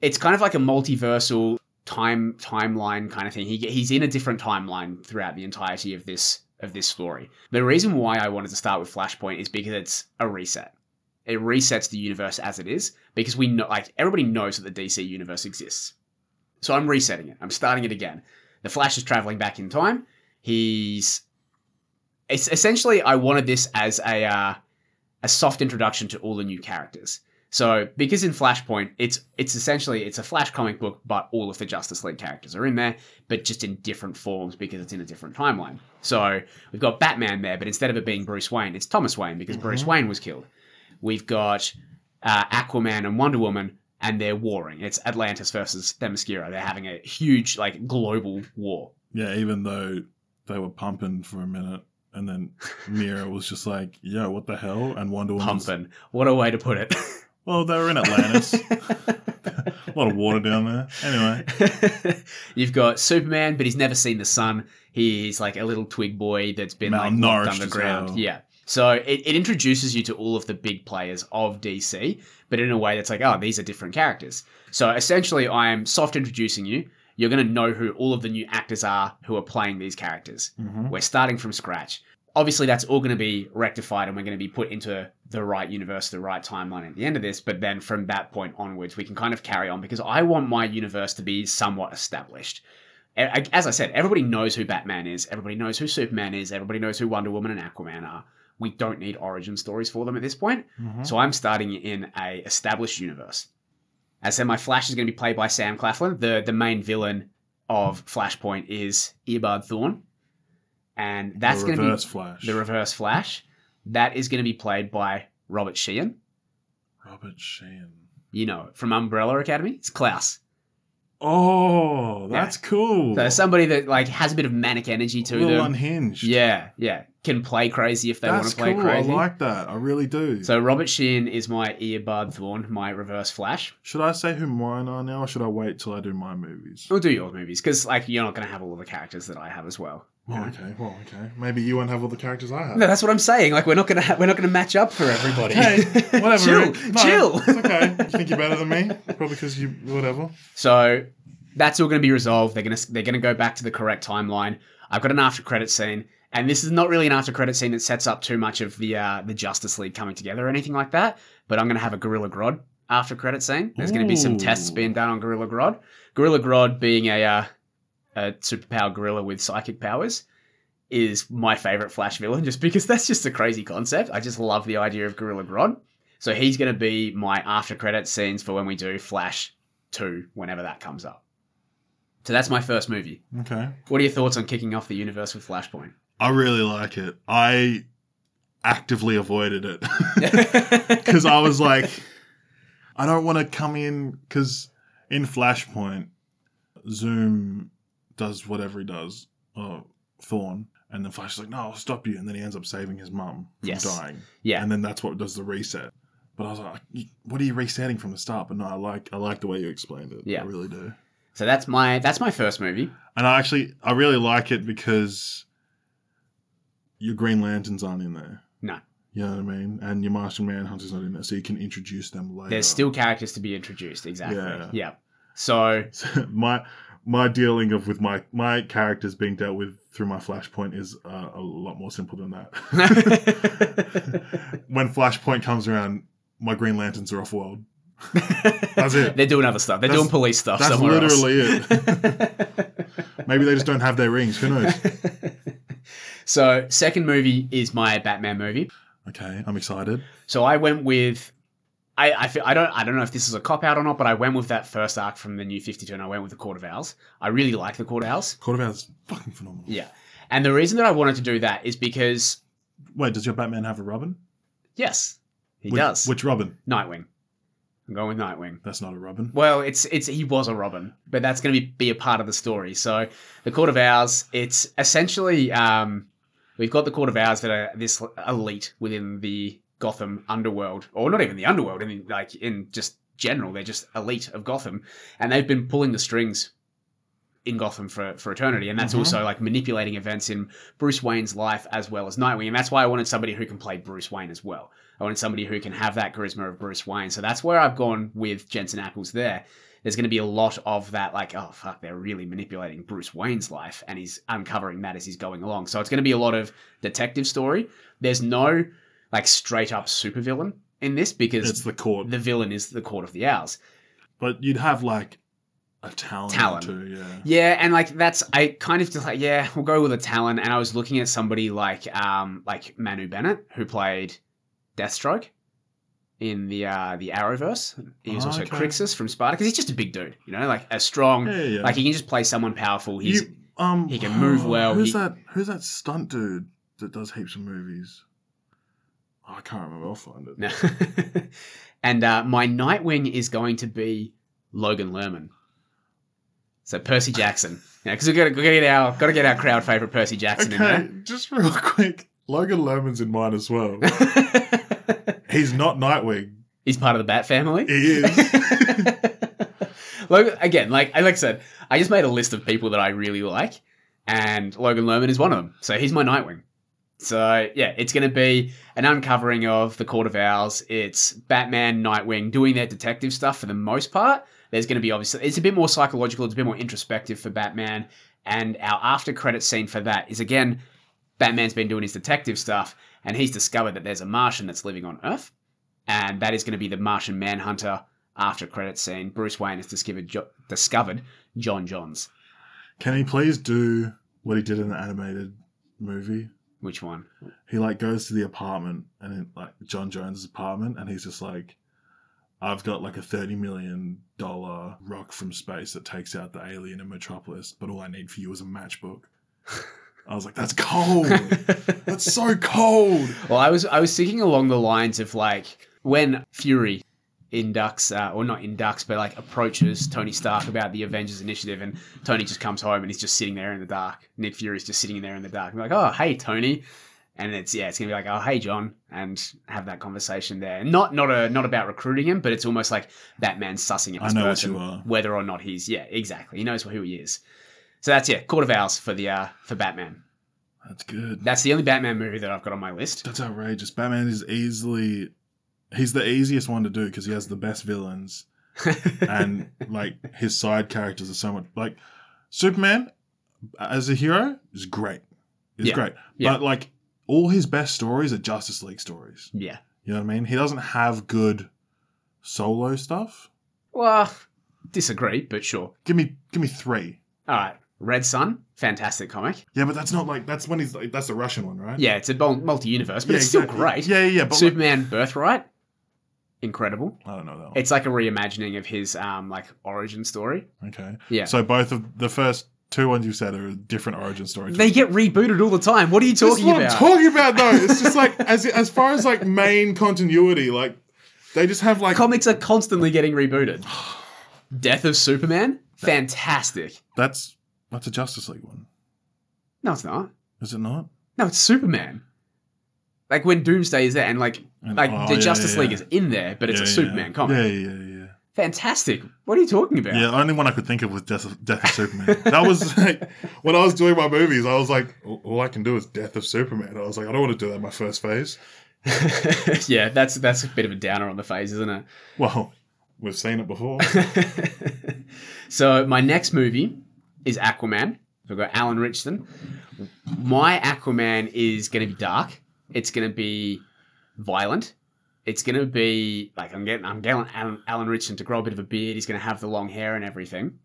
It's kind of like a multiversal time timeline kind of thing. He he's in a different timeline throughout the entirety of this of this story. The reason why I wanted to start with Flashpoint is because it's a reset. It resets the universe as it is because we know like everybody knows that the DC universe exists. So I'm resetting it. I'm starting it again. The Flash is traveling back in time. He's it's essentially I wanted this as a uh, a soft introduction to all the new characters. So because in Flashpoint, it's it's essentially it's a Flash comic book, but all of the Justice League characters are in there, but just in different forms because it's in a different timeline. So we've got Batman there, but instead of it being Bruce Wayne, it's Thomas Wayne because Bruce Mhm. Wayne was killed. We've got uh, Aquaman and Wonder Woman, and they're warring. It's Atlantis versus Themyscira. They're having a huge like global war. Yeah, even though they were pumping for a minute, and then Mira was just like, "Yeah, what the hell?" And Wonder Woman. Pumping. What a way to put it. Well, they were in Atlantis. a lot of water down there. Anyway, You've got Superman, but he's never seen the sun. He's like a little twig boy that's been like Malnourished knocked as underground. hell. Yeah. So it, it introduces you to all of the big players of DC, but in a way that's like, oh, these are different characters. So essentially, I am soft introducing you. You're going to know who all of the new actors are who are playing these characters. Mhm. We're starting from scratch. Obviously, that's all going to be rectified and we're going to be put into the right universe, the right timeline at the end of this. But then from that point onwards, we can kind of carry on because I want my universe to be somewhat established. A- As I said, everybody knows who Batman is, everybody knows who Superman is, everybody knows who Wonder Woman and Aquaman are. We don't need origin stories for them at this point. Mhm. So I'm starting in a established universe. As I said, my Flash is going to be played by Sam Claflin. The the main villain of Flashpoint is Earbud Thorn, and that's the going to reverse be flash. the Reverse Flash. That is going to be played by Robert Sheehan. Robert Sheehan. You know, from Umbrella Academy, it's Klaus. Oh, that's cool. So somebody that like has a bit of manic energy a to little them. unhinged. Yeah, yeah, can play crazy if they want that's to play cool. crazy. I like that. I really do. so Robert Sheehan is my Earbud Thorn, my Reverse Flash. should I say who mine are now, or should I wait till I do my movies? We'll do yours movies because like you're not going to have all of the characters that I have as well. Well, Oh, okay. Well, okay. Maybe you won't have all the characters I have. No, that's what I'm saying. Like we're not gonna ha- we're not gonna match up for everybody. Hey, whatever. chill, Rick. No, chill. It's okay. You think you're better than me? Probably because you, whatever. So that's all going to be resolved. They're going to they're going to go back to the correct timeline. I've got an after credit scene, and this is not really an after credit scene that sets up too much of the uh, the Justice League coming together or anything like that. But I'm going to have a Gorilla Grodd after credit scene. There's going to be some tests Ooh. being done on Gorilla Grodd. Gorilla Grodd being a uh, a superpower gorilla with psychic powers is my favorite Flash villain, just because that's just a crazy concept. I just love the idea of Gorilla Grodd. So he's going to be my after credit scenes for when we do Flash two whenever that comes up. So that's my first movie. Okay. What are your thoughts on kicking off the universe with Flashpoint? I really like it. I actively avoided it because I was like, I don't want to come in because in Flashpoint, Zoom does whatever he does, or Thorn, and then Flash is like, "No, I'll stop you," and then he ends up saving his mum from Yes. dying, yeah, and then that's what does the reset. But I was like, "You- "What are you resetting from the start?" But no, I like I like the way you explained it. Yeah. I really do. so that's my that's my first movie. And I actually I really like it because your Green Lanterns aren't in there. No. You know what I mean? And your Martian Manhunter's not in there, so you can introduce them later. There's still characters to be introduced. Exactly. Yeah. Yeah. So So my my dealing of with my my characters being dealt with through my flashpoint is uh, a lot more simple than that. when flashpoint comes around, my Green Lanterns are off world. That's it. They're doing other stuff. They're That's- doing police stuff. that's somewhere else. literally Maybe they just don't have their rings. Who knows? so second movie is my Batman movie. Okay, I'm excited. So I went with. I, I, feel, I don't I don't know if this is a cop out or not, but I went with that first arc from the New Fifty Two, and I went with the Court of Owls. I really like the Court of Owls. Court of Owls is fucking phenomenal. Yeah, and the reason that I wanted to do that is because Wait, does your Batman have a Robin? yes, he which, does. Which Robin? Nightwing. I'm going with Nightwing. That's not a Robin. Well, it's it's he was a Robin, but that's going to be, be a part of the story. So, the Court of Owls, it's essentially um, we've got the Court of Owls that are this elite within the Gotham underworld, or not even the underworld, I mean, like in just general, they're just elite of Gotham, and they've been pulling the strings in Gotham for for eternity, and that's Mhm. also like manipulating events in Bruce Wayne's life as well as Nightwing, and that's why I wanted somebody who can play Bruce Wayne as well. I wanted somebody who can have that charisma of Bruce Wayne. So that's where I've gone with Jensen Ackles there. There's going to be a lot of that, like, oh, fuck, they're really manipulating Bruce Wayne's life, and he's uncovering that as he's going along. So it's going to be a lot of detective story. There's no, like, straight up supervillain in this because It's the court. the villain is the Court of the Owls. But you'd have like a talent, Talon. or two, yeah. Yeah, and like that's I kind of just like yeah, we'll go with a Talon. And I was looking at somebody like um like Manu Bennett who played Deathstroke in the uh the Arrowverse. He was Oh, also okay. Crixus from Sparta because he's just a big dude, you know, like a strong, Yeah, yeah, yeah. like he can just play someone powerful. He's You- um, he can move well, Who's he- that? Who's that stunt dude that does heaps of movies? Oh, I can't remember. I'll find it. No. and uh, my Nightwing is going to be Logan Lerman. So Percy Jackson. Yeah, because we got to get our got to get our crowd favorite Percy Jackson Okay, in just real quick. Logan Lerman's in mine as well. there. He's not Nightwing. He's part of the Bat family. He is. Logan, again, like like I said, I just made a list of people that I really like, and Logan Lerman is one of them. So he's my Nightwing. So yeah, it's going to be an uncovering of the Court of Owls. It's Batman, Nightwing doing their detective stuff for the most part. There's going to be obviously it's a bit more psychological, it's a bit more introspective for Batman, and our after credit scene for that is again Batman's been doing his detective stuff, and he's discovered that there's a Martian that's living on Earth, and that is going to be the Martian Manhunter after credit scene. Bruce Wayne has discovered jo- discovered John Johns. Can he please do what he did in the animated movie? Which one? He like goes to the apartment and then, like John Jones' apartment, and he's just like, "I've got like a thirty million dollar rock from space that takes out the alien in Metropolis, but all I need for you is a matchbook." I was like, "That's cold. That's so cold." Well, I was I was thinking along the lines of like when Fury inducts uh, or not inducts but like approaches Tony Stark about the Avengers initiative and Tony just comes home and he's just sitting there in the dark. Nick Fury's just sitting there in the dark. I'm like, "Oh, hey Tony." And it's yeah, it's going to be like, "Oh, hey John," and have that conversation there. Not not a not about recruiting him, but it's almost like that man's sussing him I know what you are. whether or not he's yeah, exactly. He knows who he is. So that's yeah, Court of Owls for the uh, for Batman. That's good. That's the only Batman movie that I've got on my list. That's outrageous. Batman is easily he's the easiest one to do because he has the best villains and like his side characters are so much like Superman uh, as a hero is great. It's Yeah. great. Yeah. But like all his best stories are Justice League stories. yeah. You know what I mean? He doesn't have good solo stuff. Well, disagree, but sure. Give me give me 3. All right. Red Sun, fantastic comic. Yeah, but that's not like that's when he's like that's the Russian one, right? Yeah, it's a mul- multi-universe, but Yeah, it's still exactly. great. Yeah, yeah, yeah, but like- Superman Birthright, incredible. I don't know that one. It's like a reimagining of his um like origin story. Okay. Yeah. So both of the first two ones you said are different origin stories. they get rebooted all the time. What are you That's talking what about? I'm talking about though. It's just like as as far as like main continuity, like they just have like Comics are constantly getting rebooted. Death of Superman, fantastic. that's that's a Justice League one, No, it's not. is it not? No, it's Superman. Like when Doomsday is there, and like And- like oh, the yeah, Justice yeah, League yeah. is in there, but it's Yeah, a yeah, Superman yeah. comic. Yeah, yeah, yeah. Fantastic. What are you talking about? Yeah, the only one I could think of was Death of, Death of Superman. That was like when I was doing my movies, I was like, all all I can do is Death of Superman. I was like, I don't want to do that in my first phase. yeah, that's that's a bit of a downer on the phase, isn't it? Well, we've seen it before. so my next movie is Aquaman. So We've got Alan Richardson. My Aquaman is going to be dark. It's going to be violent. It's going to be like I'm getting I'm getting Alan, Alan Richardson to grow a bit of a beard. He's going to have the long hair and everything.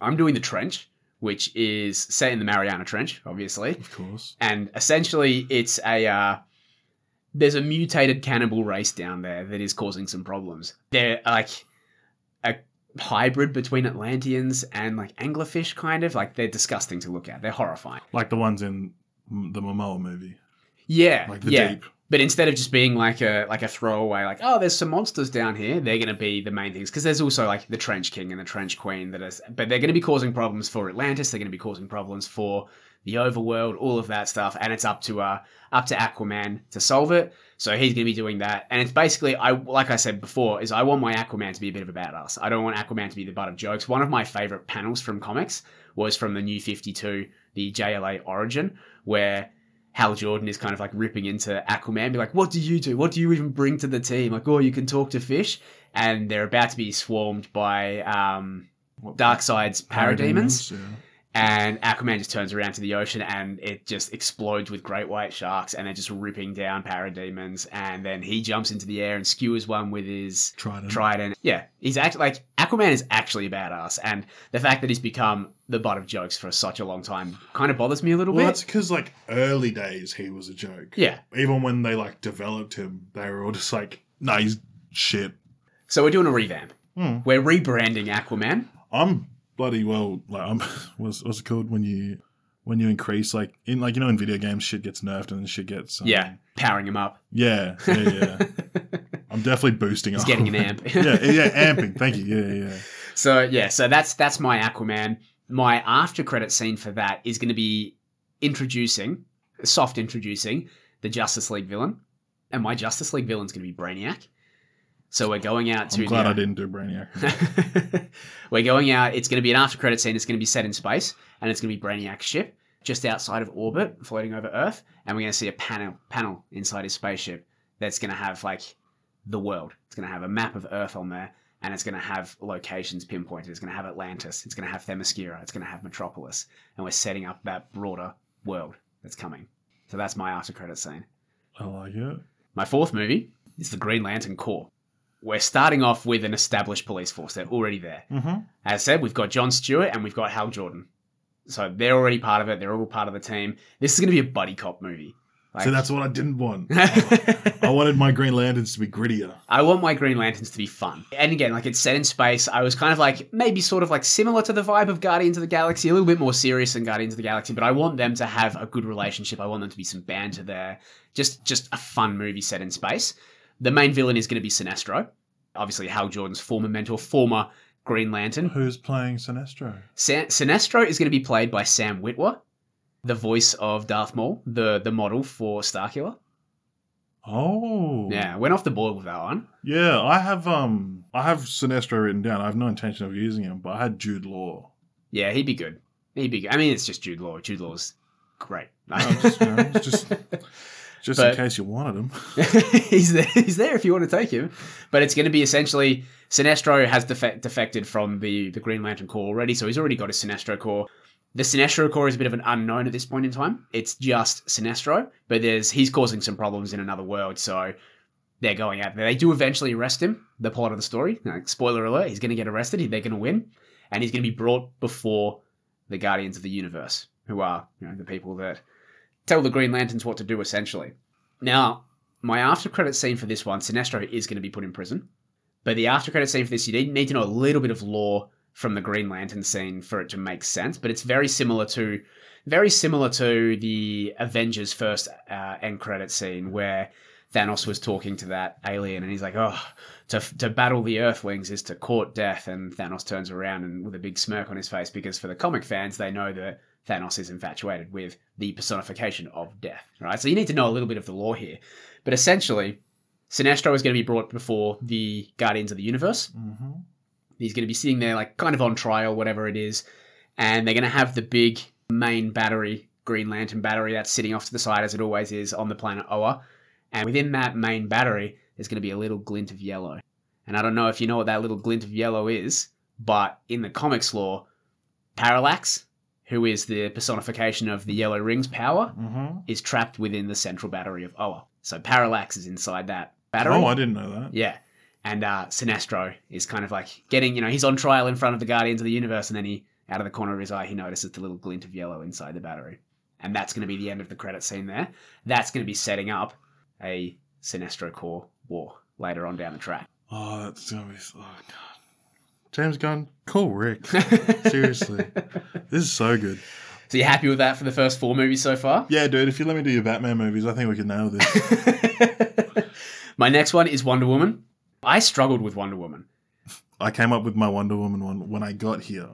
I'm doing the trench, which is set in the Mariana Trench, obviously. of course. and essentially it's a uh, there's a mutated cannibal race down there that is causing some problems. They're like a hybrid between Atlanteans and like anglerfish, kind of like they're disgusting to look at. They're horrifying. Like the ones in m- the Momoa movie, Yeah, like the yeah. Deep. But instead of just being like a like a throwaway, like oh, there's some monsters down here, they're going to be the main things because there's also like the Trench King and the Trench Queen that is, but they're going to be causing problems for Atlantis. They're going to be causing problems for the overworld, all of that stuff, and it's up to uh up to Aquaman to solve it. So he's going to be doing that, and it's basically I like I said before is I want my Aquaman to be a bit of a badass. I don't want Aquaman to be the butt of jokes. One of my favorite panels from comics was from the New Fifty Two, the JLA origin, where Hal Jordan is kind of like ripping into Aquaman, be like, "What do you do? What do you even bring to the team? Like, oh, you can talk to fish." And they're about to be swarmed by um, What- Darkseid's parademons, Yeah. and Aquaman just turns around to the ocean, and it just explodes with great white sharks, and they're just ripping down parademons. And then he jumps into the air and skewers one with his Trident. Trident. Yeah, he's act like Aquaman is actually a badass, and the fact that he's become the butt of jokes for such a long time kind of bothers me a little Well, bit. that's because like early days he was a joke. Yeah. Even when they like developed him, they were all just like, "Nah, he's shit." So we're doing a revamp. Hmm. We're rebranding Aquaman. I'm bloody well like I'm. What's, what's it called when you when you increase like in like you know in video games shit gets nerfed and then shit gets um, Yeah, powering him up. yeah yeah yeah. I'm definitely boosting. He's up. getting an amp. yeah yeah amping. Thank you. Yeah yeah. So yeah, so that's that's my Aquaman. My after credit scene for that is going to be introducing, soft introducing the Justice League villain, and my Justice League villain's going to be Brainiac. So we're going out to I'm glad the- I didn't do Brainiac. We're going out. It's going to be an after credit scene. It's going to be set in space, and it's going to be Brainiac's ship just outside of orbit, floating over Earth, and we're going to see a panel panel inside his spaceship that's going to have like the world. It's going to have a map of Earth on there, and it's going to have locations pinpointed. It's going to have Atlantis. It's going to have Themyscira. It's going to have Metropolis, and we're setting up that broader world that's coming. So that's my after credit scene. I like it. My fourth movie is the Green Lantern Corps. We're starting off with an established police force. They're already there. Mm-hmm. As I said, we've got John Stewart and we've got Hal Jordan. So they're already part of it. They're all part of the team. This is going to be a buddy cop movie. Like- so that's what I didn't want. I I wanted my Green Lanterns to be grittier. I want my Green Lanterns to be fun. And again, like it's set in space. I was kind of like, maybe sort of like similar to the vibe of Guardians of the Galaxy, a little bit more serious than Guardians of the Galaxy, but I want them to have a good relationship. I want them to be some banter there. Just just a fun movie set in space. The main villain is going to be Sinestro. Obviously, Hal Jordan's former mentor, former Green Lantern. Who's playing Sinestro? Sa- Sinestro is going to be played by Sam Witwer, the voice of Darth Maul, the the model for Starkiller. Oh, Yeah, went off the board with that one. yeah. I have um, I have Sinestro written down. I have no intention of using him, but I had Jude Law. Yeah, he'd be good. He'd be. Good. I mean, it's just Jude Law. Jude Law's great. Oh, just- no, it's just- Just But- in case you wanted him. he's there. He's there if you want to take him. But it's going to be essentially Sinestro has defe- defected from the the Green Lantern Corps already, so he's already got his Sinestro Corps. The Sinestro Corps is a bit of an unknown at this point in time. It's just Sinestro, but there's he's causing some problems in another world, so they're going out there. They do eventually arrest him. The plot of the story. Like, spoiler alert: he's going to get arrested. They're going to win, and he's going to be brought before the Guardians of the Universe, who are you know the people that tell the Green Lanterns what to do essentially. Now, my after credit scene for this one, Sinestro is going to be put in prison. But the after credit scene for this, you need- need to know a little bit of lore from the Green Lantern scene for it to make sense. But it's very similar to, very similar to the Avengers first uh, end credit scene where Thanos was talking to that alien and he's like, "Oh, to to battle the Earthlings is to court death." And Thanos turns around and with a big smirk on his face because for the comic fans, they know that Thanos is infatuated with the personification of death. Right, so you need to know a little bit of the lore here. But essentially, Sinestro is going to be brought before the Guardians of the Universe. Mm-hmm. He's going to be sitting there, like, kind of on trial, whatever it is. And they're going to have the big main battery, Green Lantern battery, that's sitting off to the side, as it always is, on the planet Oa. And within that main battery, there's going to be a little glint of yellow. And I don't know if you know what that little glint of yellow is, but in the comics lore, Parallax, who is the personification of the Yellow Ring's power, Mm-hmm. is trapped within the central battery of Oa. So Parallax is inside that battery. Oh, I didn't know that. yeah. And uh, Sinestro is kind of like getting, you know, he's on trial in front of the Guardians of the Universe, and then he, out of the corner of his eye, he notices the little glint of yellow inside the battery. And that's going to be the end of the credit scene there. That's going to be setting up a Sinestro Corps war later on down the track. Oh, that's gonna be. Oh god. James Gunn, cool Rick. Seriously, this is so good. So you happy with that for the first four movies so far? Yeah, dude. If you let me do your Batman movies, I think we can nail this. My next one is Wonder Woman. I struggled with Wonder Woman. I came up with my Wonder Woman one when I got here.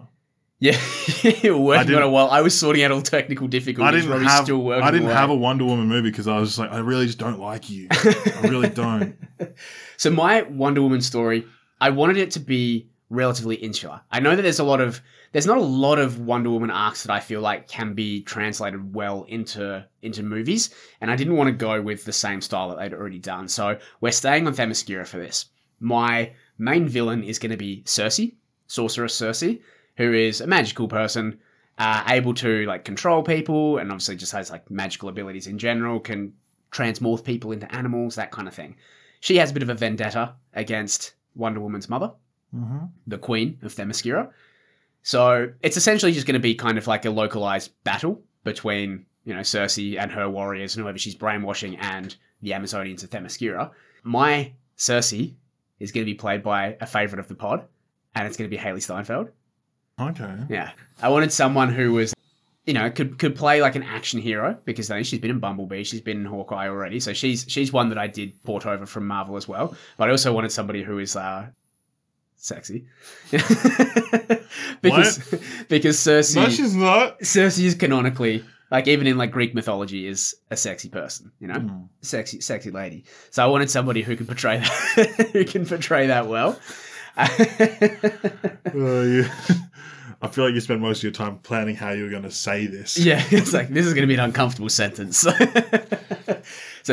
Yeah, you were I working didn't- on it while I was sorting out all technical difficulties. I didn't Robbie's have still working I didn't away. have a Wonder Woman movie because I was just like I really just don't like you. I really don't. So my Wonder Woman story, I wanted it to be relatively insular. I know that there's a lot of there's not a lot of Wonder Woman arcs that I feel like can be translated well into into movies, and I didn't want to go with the same style that they'd already done. So we're staying on Themyscira for this. My main villain is going to be Cersei, sorceress Cersei, who is a magical person. Uh, able to like control people and obviously just has like magical abilities in general can transmorph people into animals that kind of thing she has a bit of a vendetta against Wonder Woman's mother, hmm the Queen of Themyscira. So it's essentially just going to be kind of like a localized battle between you know Cersei and her warriors and whoever she's brainwashing and the Amazonians of Themyscira. My Cersei is going to be played by a favorite of the pod, and it's going to be Haley Steinfeld. Okay. Yeah. I wanted someone who was you know, could could play like an action hero because I think she's been in Bumblebee, she's been in Hawkeye already, so she's she's one that I did port over from Marvel as well. But I also wanted somebody who is uh, sexy, because because Cersei No, she's not. Cersei is canonically like even in like Greek mythology is a sexy person, you know, Mm. sexy sexy lady. So I wanted somebody who can portray that who can portray that well. Uh, you- I feel like you spent most of your time planning how you were going to say this. Yeah, it's like this is going to be an uncomfortable sentence. so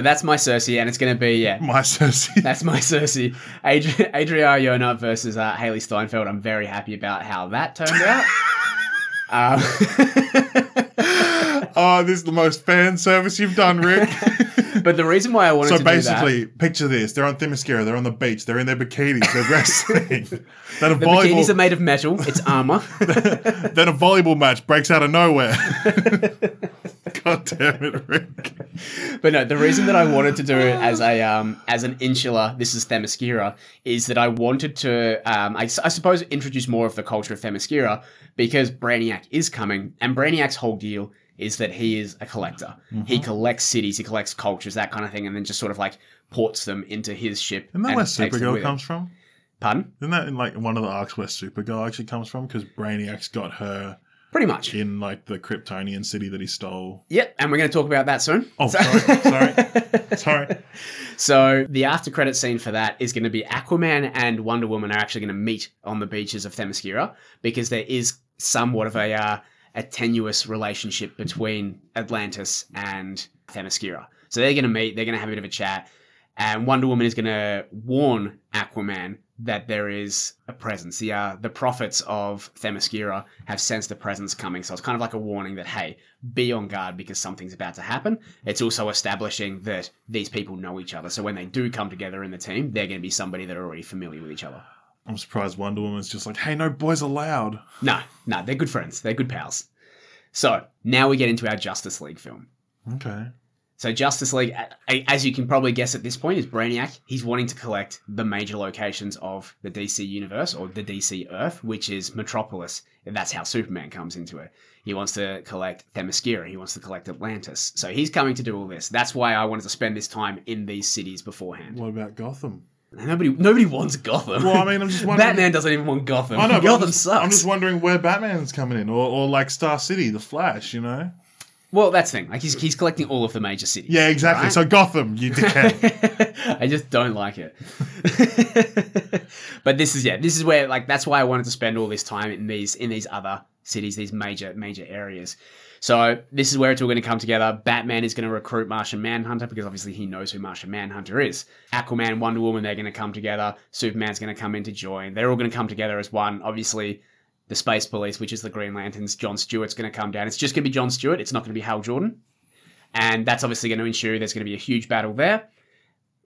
that's my Cersei, and it's going to be yeah, My Cersei. that's my Cersei. Adri- Adria Yona versus uh, Haley Steinfeld. I'm very happy about how that turned out. um, oh, this is the most fan service you've done, Rick. but the reason why I wanted so to do basically, picture this: they're on Themyscira, they're on the beach, they're in their bikinis, they're wrestling. then a that, the bikinis are volleyball, made of metal. It's armor. then a volleyball match breaks out of nowhere. God damn it, Rick! But no, the reason that I wanted to do it as a um as an insula, this is Themyscira, is that I wanted to um I, s- I suppose introduce more of the culture of Themyscira because Brainiac is coming, and Brainiac's whole deal is that he is a collector. He Mm-hmm. collects cities, he collects cultures, that kind of thing, and then just sort of like ports them into his ship. Isn't that and where takes them Supergirl with him. comes from? Pardon? Isn't that in like one of the arcs where Supergirl actually comes from? Because Brainiac's got her Pretty much. in like the Kryptonian city that he stole. Yep, and we're going to talk about that soon. Oh, sorry, sorry, sorry. So the after credit scene for that is going to be Aquaman and Wonder Woman are actually going to meet on the beaches of Themyscira because there is somewhat of a uh, a tenuous relationship between Atlantis and Themyscira. So they're going to meet. They're going to have a bit of a chat, and Wonder Woman is going to warn Aquaman that there is a presence. The uh, the prophets of Themyscira have sensed the presence coming. So it's kind of like a warning that hey, be on guard because something's about to happen. It's also establishing that these people know each other. So when they do come together in the team, they're going to be somebody that are already familiar with each other. I'm surprised Wonder Woman's just like, hey, no boys allowed. No, no, they're good friends. They're good pals. So now we get into our Justice League film. Okay. So Justice League, a- a- as you can probably guess at this point, is Brainiac. He's wanting to collect the major locations of the DC universe or the DC Earth, which is Metropolis. And that's how Superman comes into it. He wants to collect Themyscira. He wants to collect Atlantis. So he's coming to do all this. That's why I wanted to spend this time in these cities beforehand. What about Gotham? Nobody, nobody wants Gotham. Well, I mean, I'm just wondering. Batman doesn't even want Gotham. I know, Oh, but I'm Gotham just, sucks. I'm just wondering where Batman's coming in, or, or like Star City, The Flash, you know? well, that's the thing. Like he's he's collecting all of the major cities. Yeah, exactly. Right. So Gotham, you dickhead. I just don't like it. but this is yeah, this is where like that's why I wanted to spend all this time in these in these other cities, these major major areas. So this is where it's all going to come together. Batman is going to recruit Martian Manhunter because obviously he knows who Martian Manhunter is. Aquaman, Wonder Woman, they're going to come together. Superman's going to come in to join. They're all going to come together as one. Obviously, the Space Police, which is the Green Lanterns, John Stewart's going to come down. It's just going to be John Stewart. It's not going to be Hal Jordan. And that's obviously going to ensure there's going to be a huge battle there.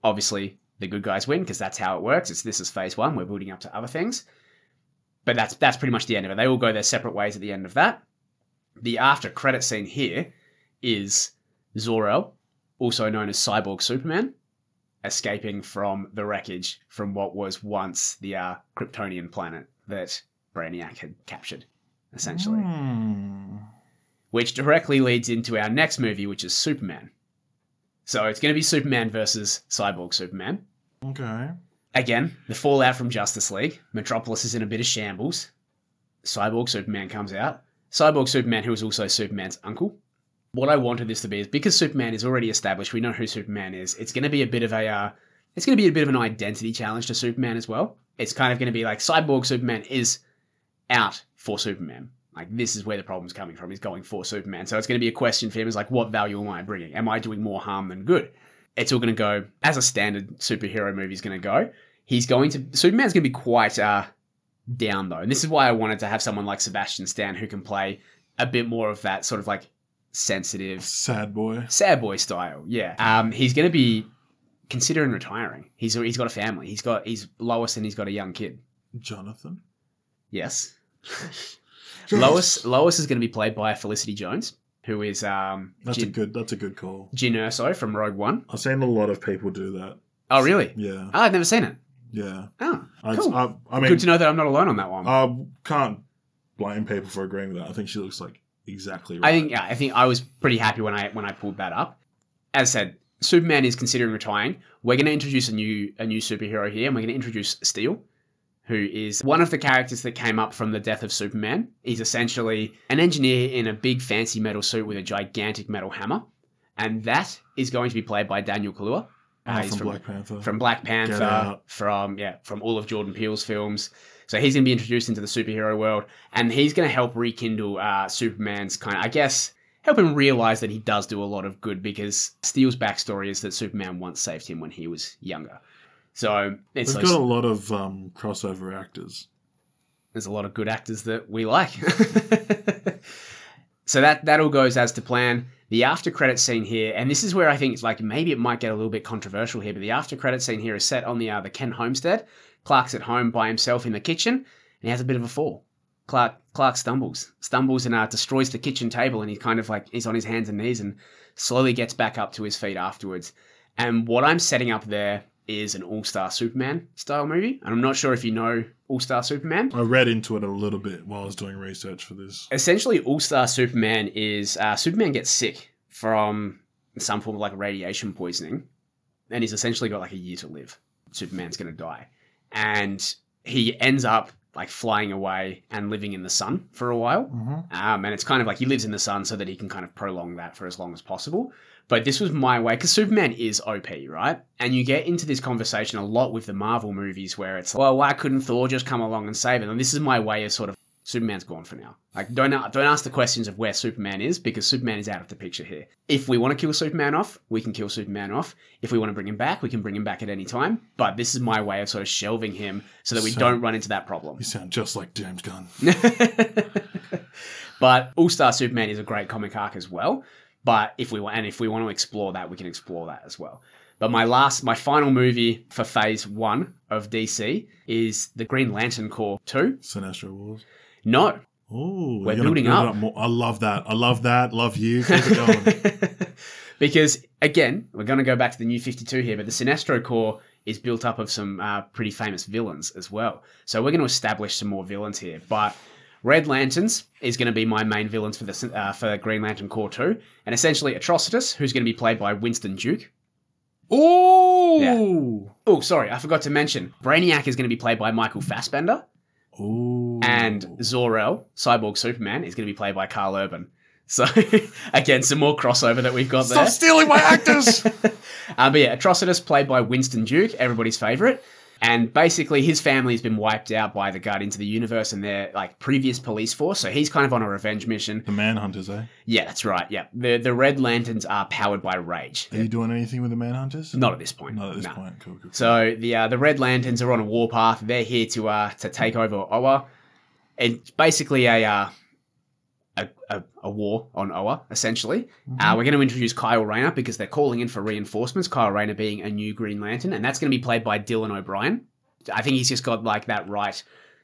Obviously, the good guys win because that's how it works. It's this is phase one. We're building up to other things. But that's that's pretty much the end of it. They all go their separate ways at the end of that. The after credit scene here is Zor-El, also known as Cyborg Superman, escaping from the wreckage from what was once the uh, Kryptonian planet that Brainiac had captured, essentially Hmm. which directly leads into our next movie, which is Superman. So it's going to be Superman versus Cyborg Superman. Okay. Again, the fallout from Justice League. Metropolis is in a bit of shambles. Cyborg Superman comes out. Cyborg Superman, who is also Superman's uncle. What I wanted this to be is because Superman is already established, we know who Superman is. It's going to be a bit of a, uh, it's going to be a bit of an identity challenge to Superman as well. It's kind of going to be like Cyborg Superman is out for Superman. Like this is where the problem's coming from. He's going for Superman, so it's going to be a question for him. Is like, what value am I bringing? Am I doing more harm than good? It's all going to go as a standard superhero movie is going to go he's going to Superman's going to be quite uh, down though, and this is why I wanted to have someone like Sebastian Stan who can play a bit more of that sort of like sensitive Sad boy. sad boy style. Yeah, um, he's going to be considering retiring. He's he's got a family. He's got he's Lois and he's got a young kid. Jonathan. Yes, Lois Lois is going to be played by Felicity Jones, who is um, That's a Jin, good. That's a good call. Jin Erso from Rogue One. I've seen a lot of people do that. Oh really? Yeah. Oh, I've never seen it. Yeah. Oh, I, Cool. I, I mean, good to know that I'm not alone on that one. I can't blame people for agreeing with that. I think she looks like exactly right. I think yeah, I think I was pretty happy when I when I pulled that up. As said, Superman is considering retiring. We're going to introduce a new a new superhero here, and we're going to introduce Steel, who is one of the characters that came up from the death of Superman. He's essentially an engineer in a big fancy metal suit with a gigantic metal hammer, and that is going to be played by Daniel Kaluuya. Oh, Uh, he's from, Black Panther. from Black Panther, Out. from yeah, from all of Jordan Peele's films. So he's going to be introduced into the superhero world, and he's going to help rekindle uh, Superman's kind of, I guess, help him realize that he does do a lot of good because Steel's backstory is that Superman once saved him when he was younger. So it's We've like, got a lot of um, crossover actors. there's a lot of good actors that we like. so that that all goes as to plan. The after credit scene here, and this is where I think it's like maybe it might get a little bit controversial here, but the after credit scene here is set on the uh, the Ken homestead. Clark's at home by himself in the kitchen, and he has a bit of a fall. Clark Clark stumbles, stumbles and uh, destroys the kitchen table, and he's kind of like he's on his hands and knees and slowly gets back up to his feet afterwards. And what I'm setting up there is an All Star Superman style movie, and I'm not sure if you know All Star Superman. I read into it a little bit while I was doing research for this. essentially All Star Superman is uh, Superman gets sick from some form of like radiation poisoning, and he's essentially got like a year to live. Superman's gonna die, and he ends up like flying away and living in the sun for a while. Mm-hmm. Um, and it's kind of like he lives in the sun so that he can kind of prolong that for as long as possible. But this was my way because Superman is OP, right? And you get into this conversation a lot with the Marvel movies where it's, well, why couldn't Thor just come along and save him? And this is my way of sort of Superman's gone for now. Like, don't a- don't ask the questions of where Superman is because Superman is out of the picture here. If we want to kill Superman off, we can kill Superman off. If we want to bring him back, we can bring him back at any time. But this is my way of sort of shelving him so that we So- don't run into that problem. You sound just like James Gunn. but All Star Superman is a great comic arc as well. But if we want, and if we want to explore that, we can explore that as well. But my last, my final movie for Phase One of DC is the Green Lantern Corps Two. Sinestro Wars. No, Oh, We're you're gonna building build it up. more. I love that. I love that. Love you. Keep it going. because again, we're going to go back to the New Fifty Two here, but the Sinestro Corps is built up of some uh, pretty famous villains as well. So we're going to establish some more villains here, but. Red Lanterns is going to be my main villains for the uh, for Green Lantern Corps 2, and essentially Atrocitus, who's going to be played by Winston Duke. Oh. Oh, sorry, I forgot to mention Brainiac is going to be played by Michael Fassbender, Oh. and Zor-El, Cyborg Superman, is going to be played by Carl Urban. So again, some more crossover that we've got stop there. stealing my actors. Uh, but yeah, Atrocitus, played by Winston Duke, everybody's favorite. And basically, his family has been wiped out by the Guardians of the Universe and their like previous police force. So he's kind of on a revenge mission. the Manhunters, eh? Are Yeah, that's right. Yeah, the the Red Lanterns are powered by rage. you doing anything with the Manhunters? Not at this point. Not at this no. point. Cool, cool, cool. So the uh, the Red Lanterns are on a warpath. They're here to uh, to take over Oa. It's basically a, uh, a a a war on Oa, essentially. Uh, we're going to introduce Kyle Rayner because they're calling in for reinforcements. Kyle Rayner being a new Green Lantern, and that's going to be played by Dylan O'Brien. I think he's just got like that right.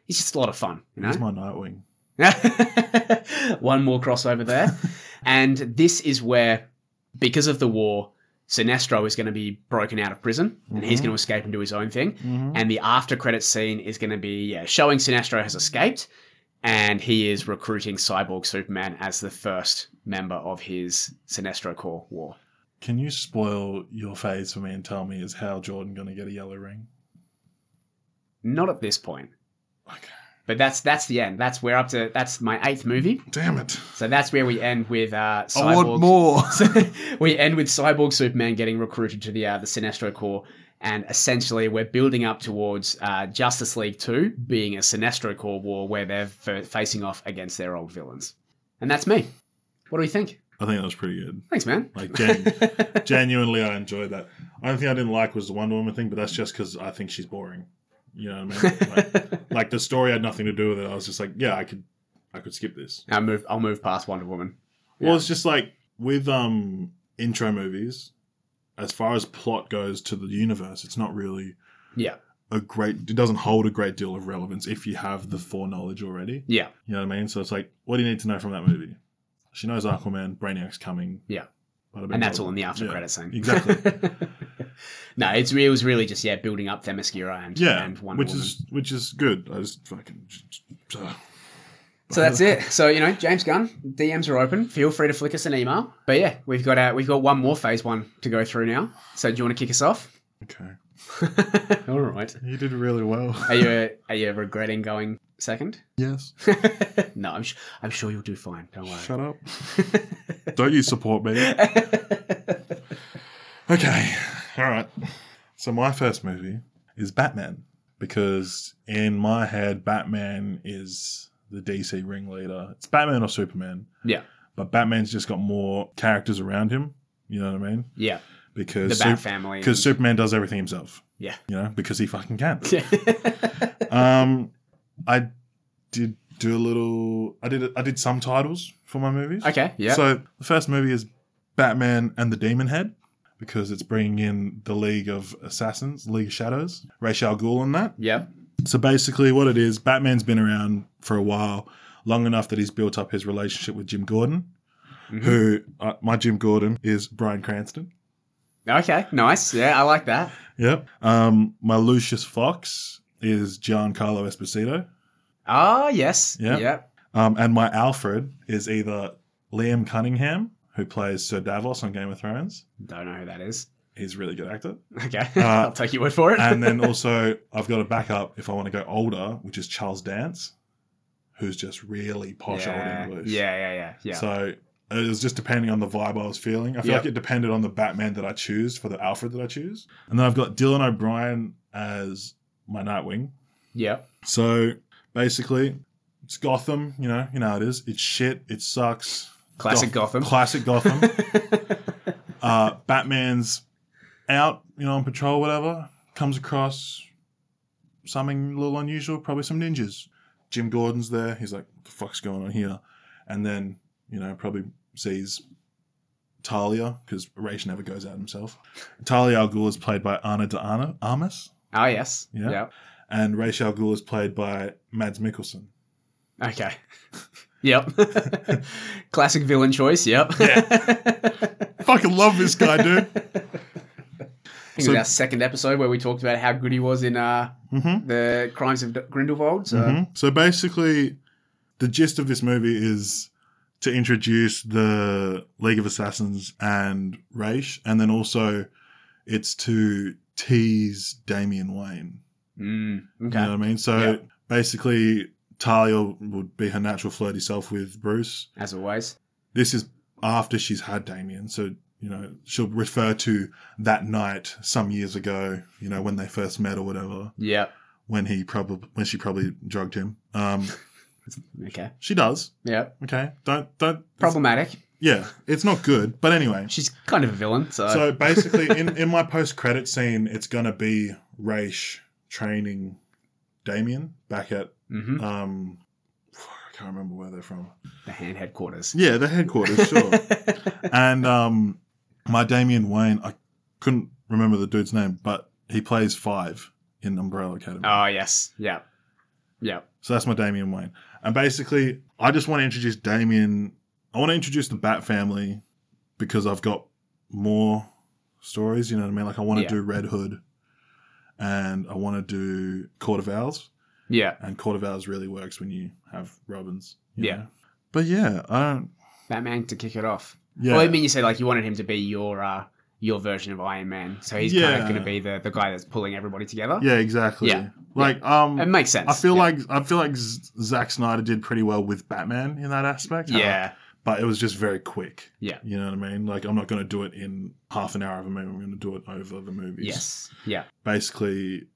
He's just a lot of fun, you know. Here's Mm-hmm. my Nightwing. One more crossover there. and this is where, because of the war, Sinestro is going to be broken out of prison and he's Mhm. going to escape and do his own thing. Mm-hmm. And the after credit scene is going to be yeah, showing Sinestro has escaped and he is recruiting Cyborg Superman as the first member of his Sinestro Corps war. Can you spoil your phase for me and tell me is Hal Jordan going to get a yellow ring? Not at this point. Okay. But that's that's the end. That's we're up to that's my eighth movie. Damn it. So that's where we end with uh Cyborg. I want more. So we end with Cyborg Superman getting recruited to the uh, the Sinestro Corps, and essentially we're building up towards uh, Justice League Two being a Sinestro Corps war where they're f- facing off against their old villains. And that's me. What do we think? I think that was pretty good. Thanks, man. Like gen- genuinely, I enjoyed that. Only thing I didn't like was the Wonder Woman thing, but that's just because I think she's boring. You know what I mean? Like, like the story had nothing to do with it. I was just like, yeah, I could, I could skip this. I'll move. I'll move past Wonder Woman. Well, Yeah. it's just like with um intro movies, as far as plot goes to the universe, it's not really Yeah. a great. It doesn't hold a great deal of relevance if you have the foreknowledge already. Yeah, You know what I mean? So it's like, what do you need to know from that movie? She knows Aquaman, Brainiac's coming. Yeah. Bada bing, and that's bada all in the after Yeah. credit scene. Exactly. no, it's re- it was really just yeah building up Themyscira and Yeah, and Wonder which Woman. is which is good. I just fucking j- j- uh, So that's it. So you know, James Gunn, DMs are open. Feel free to flick us an email. But yeah, we've got our, we've got one more phase one to go through now. So do you want to kick us off? Okay. All right. You did really well. Are you are you regretting going second? Yes. no, I'm sh- I'm sure you'll do fine. Don't worry. Shut up. Don't you support me? Okay. All right. So my first movie is Batman because in my head Batman is the DC ringleader. It's Batman or Superman. Yeah. But Batman's just got more characters around him, you know what I mean? yeah, the Because Bat Family. because Superman does everything himself. Yeah. You know, because he fucking can. Yeah. um I did do a little I did I did some titles for my movies. okay. Yeah. So the first movie is Batman and the Demon Head because it's bringing in the League of Assassins, League of Shadows, Ra's al Ghul on that. yeah. So basically, what it is, Batman's been around for a while, long enough that he's built up his relationship with Jim Gordon. Mhm. Who uh, my Jim Gordon is Brian Cranston. Mm-hmm. Okay. Nice. Yeah, I like that. Yep. Um, my Lucius Fox is Giancarlo Esposito. Ah, yes. Yeah. Yeah. Um, and my Alfred is either Liam Cunningham, who plays Sir Davos on Game of Thrones. Don't know who that is. He's a really good actor. Okay. Uh, I'll take your word for it. and then also I've got a backup if I want to go older, which is Charles Dance, who's just really posh yeah. old English. Yeah, yeah, yeah, yeah. So it was just depending on the vibe I was feeling. I feel Yeah. like it depended on the Batman that I choose for the Alfred that I choose. And then I've got Dylan O'Brien as my Nightwing. yeah. So basically, it's Gotham. You know, you know how it is. It's shit. It sucks. Classic Gotham. Classic Gotham. uh, Batman's out, you know, on patrol, whatever, comes across something a little unusual, probably some ninjas. Jim Gordon's there. He's like, what the fuck's going on here? And then, you know, probably sees Talia, because Raish never goes out himself. Talia Al Ghul is played by Ana de Ana, Armas, oh, yes. Yeah. Yeah. and Raish Al Ghul is played by Mads Mikkelsen. Okay. Yep. Classic villain choice. Yep. Yeah. I Fucking love this guy, dude. think it So- was our second episode where we talked about how good he was in uh, hmm the Crimes of D- Grindelwald. So Mhm. So basically, the gist of this movie is to introduce the League of Assassins and Raish, and then also it's to tease Damian Wayne. Mm, You know okay. what I mean? So Yeah. basically, Talia would be her natural flirty self with Bruce. As always. This is after she's had Damien, so you know she'll refer to that night some years ago. You know when they first met or whatever, Yep. when he probably when she probably drugged him. Um, Okay. she does. Yep. Okay. Don't don't. Problematic. Yeah, it's not good. But anyway, She's kind of a villain. So, so basically, in in my post credit scene, it's gonna be Raish training Damien back at Mhm. um, I can't remember where they're from. the hand headquarters. Yeah, the headquarters, sure. and um, my Damien Wayne, I couldn't remember the dude's name, but he plays five in Umbrella Academy. oh, yes. Yep. Yep. So that's my Damian Wayne. And basically, I just want to introduce Damien. I want to introduce the Bat family because I've got more stories. You know what I mean? Like, I want to Yeah. do Red Hood and I want to do Court of Owls. Yeah. And Court of Owls really works when you have Robins. you Yeah. know? But yeah, I don't. Batman to kick it off. Yeah. Well, I mean, Oh, you said like you wanted him to be your uh, your version of Iron Man, so he's kind Yeah. of going to be the, the guy that's pulling everybody together. yeah, exactly. Yeah. Like, um. It makes sense. I feel yeah. like I feel like Z- Zack Snyder did pretty well with Batman in that aspect. yeah, but it was just very quick. Yeah. You know what I mean? Like, I'm not going to do it in half an hour of a movie. I'm going to do it over the movies. yes, yeah, Basically,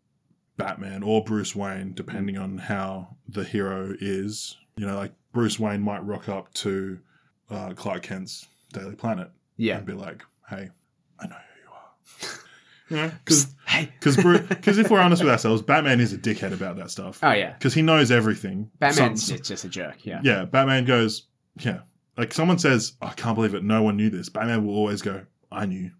Batman or Bruce Wayne, depending on how the hero is. You know, like, Bruce Wayne might rock up to uh, Clark Kent's Daily Planet yeah. and be like, hey, I know who you are. you know? Psst, hey, Because if we're honest with ourselves, Batman is a dickhead about that stuff. oh yeah, Because he knows everything. Batman's Some- just, just a jerk. Yeah, yeah, Batman goes, yeah. Like someone says, "Oh, I can't believe it. No one knew this. Batman will always go, I knew.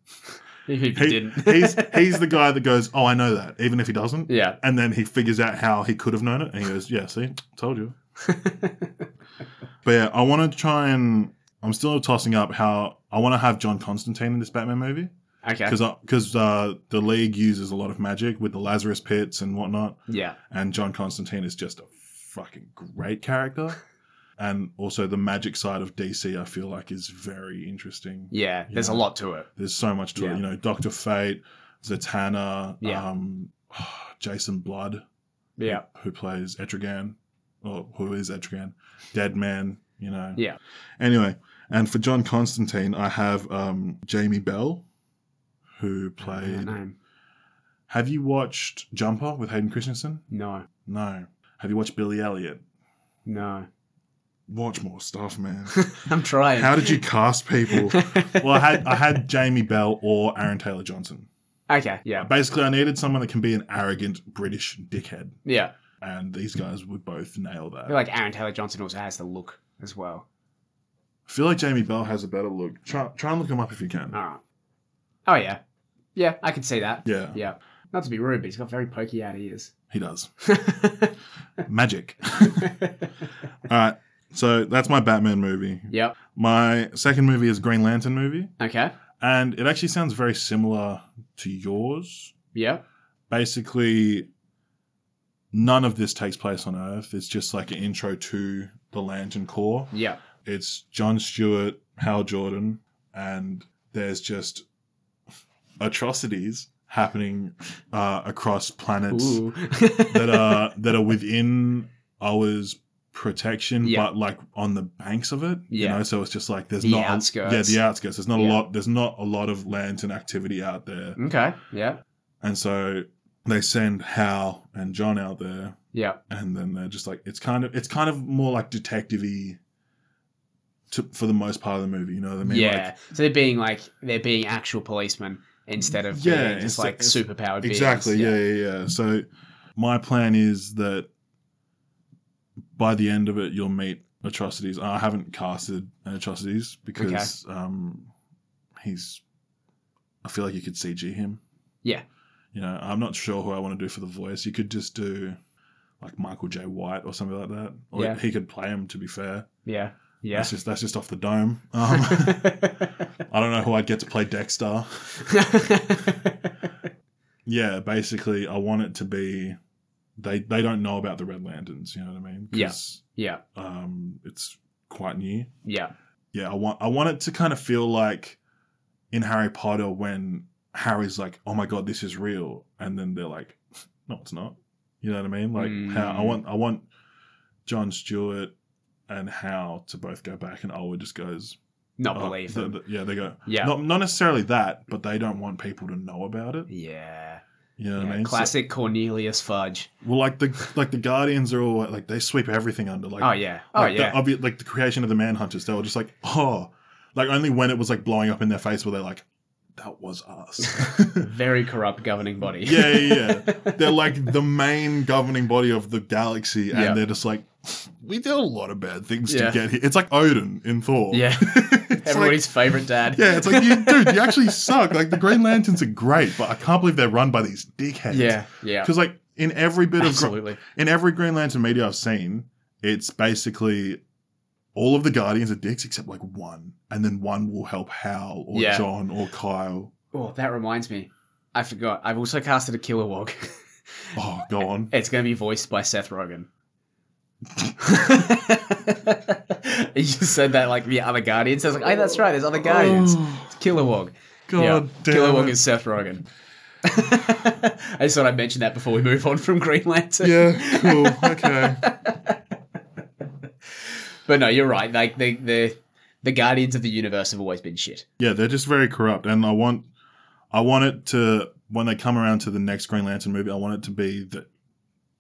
if he He- didn't, he's he's the guy that goes, oh, I know that, even if he doesn't. yeah, And then he figures out how he could have known it, and he goes, yeah, see, told you. But yeah, I want to try and I'm still tossing up how I want to have John Constantine in this Batman movie okay, because because uh, the League uses a lot of magic with the Lazarus Pits and whatnot, yeah, and John Constantine is just a fucking great character. and also the magic side of DC. I feel like is very interesting. Yeah, You there's a know. lot to it. There's so much to Yeah. it. You know, Doctor Fate, Zatanna, Yeah. um, Jason Blood, Yeah. who plays Etrigan, or who is Etrigan, Dead Man. You know. Yeah. Anyway, and for John Constantine, I have um, Jamie Bell, who Yeah, played. no. Have you watched Jumper with Hayden Christensen? No. No. Have you watched Billy Elliot? No. Watch more stuff, man. I'm trying. How did you cast people? Well, I had I had Jamie Bell or Aaron Taylor Johnson. Okay. Yeah. Basically, I needed someone that can be an arrogant British dickhead, Yeah. and these guys would both nail I that. feel like Aaron Taylor Johnson also has the look as well. I feel like Jamie Bell has a better look. Try, try and look him up if you can. All right. Oh yeah. Yeah, I can see that. Yeah, Yeah. Not to be rude, but he's got very pokey out ears. he does magic. All right, so that's my Batman movie. yep. My second movie is Green Lantern movie, Okay. and it actually sounds very similar to yours. Yep. basically none of this takes place on Earth. It's just like an intro to the Lantern Corps. Yep. It's John Stewart, Hal Jordan, and there's just atrocities happening uh, across planets Ooh. that are that are within ours protection Yeah. but like on the banks of it you Yeah. know so it's just like there's The not outskirts. yeah the outskirts there's not Yeah. a lot there's not a lot of lantern activity out there okay. Yeah. and so they send Hal and John out there, Yep. and then they're just like it's kind of it's kind of more like detective-y to, for the most part of the movie. You know what I mean? yeah. Like, so they're being like they're being actual policemen instead of Yeah, being just instead- like super powered exactly. Yeah. yeah, yeah, So my plan is that by the end of it, you'll meet atrocities. I haven't casted an atrocities because um, he's. I feel like you could CG him. Yeah. You know, I'm not sure who I want to do for the voice. You could just do like Michael J. White or something like that. Or Yeah. he could play him. To be fair, Yeah. Yeah. that's just that's just off the dome. Um, I don't know who I'd get to play Dexter. yeah, basically, I want it to be they they don't know about the Red Lanterns. You know what I mean? 'Cause, yeah. Um, it's quite new. Yeah. Yeah, I want I want it to kind of feel like in Harry Potter when Harry's like, "Oh my god, this is real," and then they're like, "No, it's not." You know what I mean? Like Mm. how I want I want John Stewart and How to both go back, and Owen just goes, Not "Oh," believe the- them. the- yeah, they go. yeah. Not, not necessarily that, but they don't want people to know about it. yeah. You know what Yeah, I mean? So- Classic Cornelius Fudge. well, like the like the Guardians are all like they sweep everything under. Like oh yeah. Oh like yeah. The obvious, like the creation of the Manhunters, they were just like, oh, like only when it was like blowing up in their face were they like, that was us. Very corrupt governing body. Yeah, yeah, they're like the main governing body of the galaxy, and Yeah. they're just like, we did a lot of bad things Yeah. to get here. It's like Odin in Thor. Yeah. It's like, Everybody's favorite dad. yeah, it's like, you, dude, you actually suck. Like the Green Lanterns are great, but I can't believe they're run by these dickheads. Yeah. Yeah. because like in every bit of gr- Absolutely. in every Green Lantern media I've seen, it's basically all of the Guardians are dicks except like one, and then one will help Hal or Yeah. John or Kyle. Oh, that reminds me. I forgot. I've also casted a killer wog. Oh, go on. It's going to be voiced by Seth Rogen. you just said that like the other Guardians. I was like, hey, that's right. There's other Guardians. Oh, Killer Wog. God damn Killer Wog it. is Seth Rogen. I just thought I'd mention that before we move on from Green Lantern. yeah, cool. Okay. But no, you're right. Like the the the Guardians of the Universe have always been shit. Yeah, they're just very corrupt, and I want, I want it to when they come around to the next Green Lantern movie, I want it to be that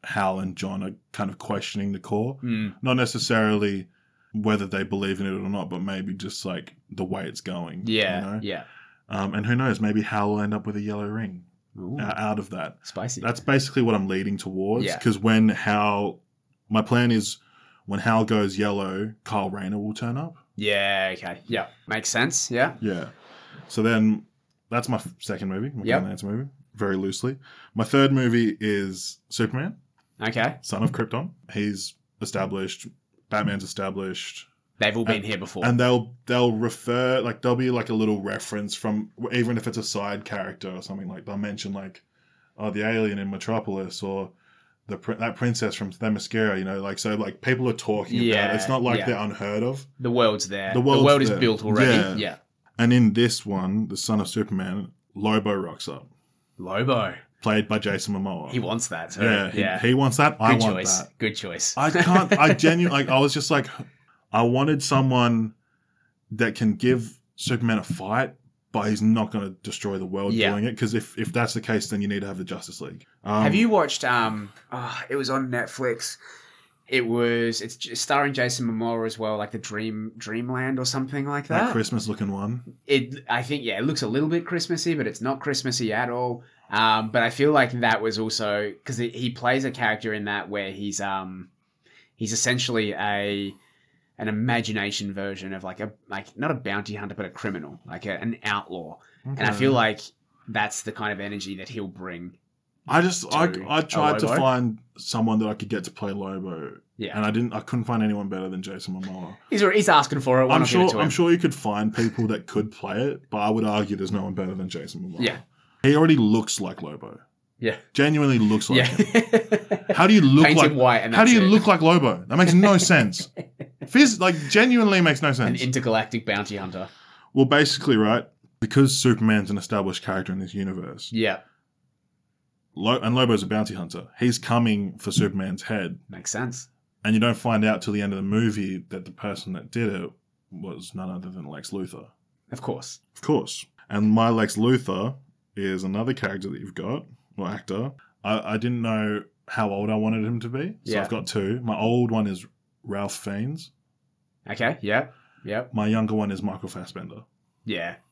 Hal and John are kind of questioning the core. Mm. not necessarily whether they believe in it or not, but maybe just like the way it's going. you Yeah, know? yeah. Um, and who knows? Maybe Hal will end up with a yellow ring Ooh, uh, out of that. spicy. That's basically what I'm leading towards. Yeah. Because when Hal, my plan is when Hal goes yellow, Kyle Rayner will turn up. yeah. Okay. Yeah. Makes sense. Yeah. Yeah. So then that's my f- second movie, my Yep. Green Lantern movie, very loosely. My third movie is Superman. Okay. Son of Krypton. He's established. Batman's established. They've all been here before. and they'll they'll refer like there'll be like a little reference from even if it's a side character or something like they'll mention like oh the alien in metropolis or the pr- that princess from Themyscira, you know, like so like people are talking about Yeah, it. It's not like yeah. they're unheard of. The world's there. The The, world's world is there. built already. Yeah. Yeah. And in this one, the son of Superman, Lobo rocks up, Lobo. played by Jason Momoa. He wants that. So, yeah, yeah. he, he wants that. I Good want choice. that. Good choice. I can't. I genuinely like. I was just like, I wanted someone that can give Superman a fight, but he's not going to destroy the world Yeah. doing it. Because if if that's the case, then you need to have the Justice League. Um, Have you watched? Um, ah, it was on Netflix. It was. It's j- starring Jason Momoa as well, like the Dream Dreamland or something like that, that. Christmas looking one? it, I think, yeah, it looks a little bit Christmassy, but it's not Christmassy at all. Um, but I feel like that was also because he plays a character in that where he's um, he's essentially a an imagination version of like a like not a bounty hunter but a criminal, like a, an outlaw. And I Okay. feel like that's the kind of energy that he'll bring. I just I, to I tried to Lobo. find someone that I could get to play Lobo, Yeah, and I didn't. I couldn't find anyone better than Jason Momoa. he's he's asking for it. Why I'm not give it sure. to I'm him? sure you could find people that could play it, but I would argue there's no one better than Jason Momoa. Yeah. he already looks like Lobo. Yeah. genuinely looks like yeah. him. How do you look Painted like? white and How do that's you it. look like Lobo? That makes no sense. Phys- like genuinely makes no an sense. intergalactic bounty hunter? well, basically, right because Superman's an established character in this universe, Yeah, Lo- and Lobo's a bounty hunter. He's coming for Superman's head, makes sense. and you don't find out till the end of the movie that the person that did it was none other than Lex Luthor. Of course. Of course. And my Lex Luthor is another character that you've got, or actor. I, I didn't know how old I wanted him to be, so Yeah. I've got two. My old one is Ralph Fiennes. Okay. Yeah. Yep. My younger one is Michael Fassbender. Yeah.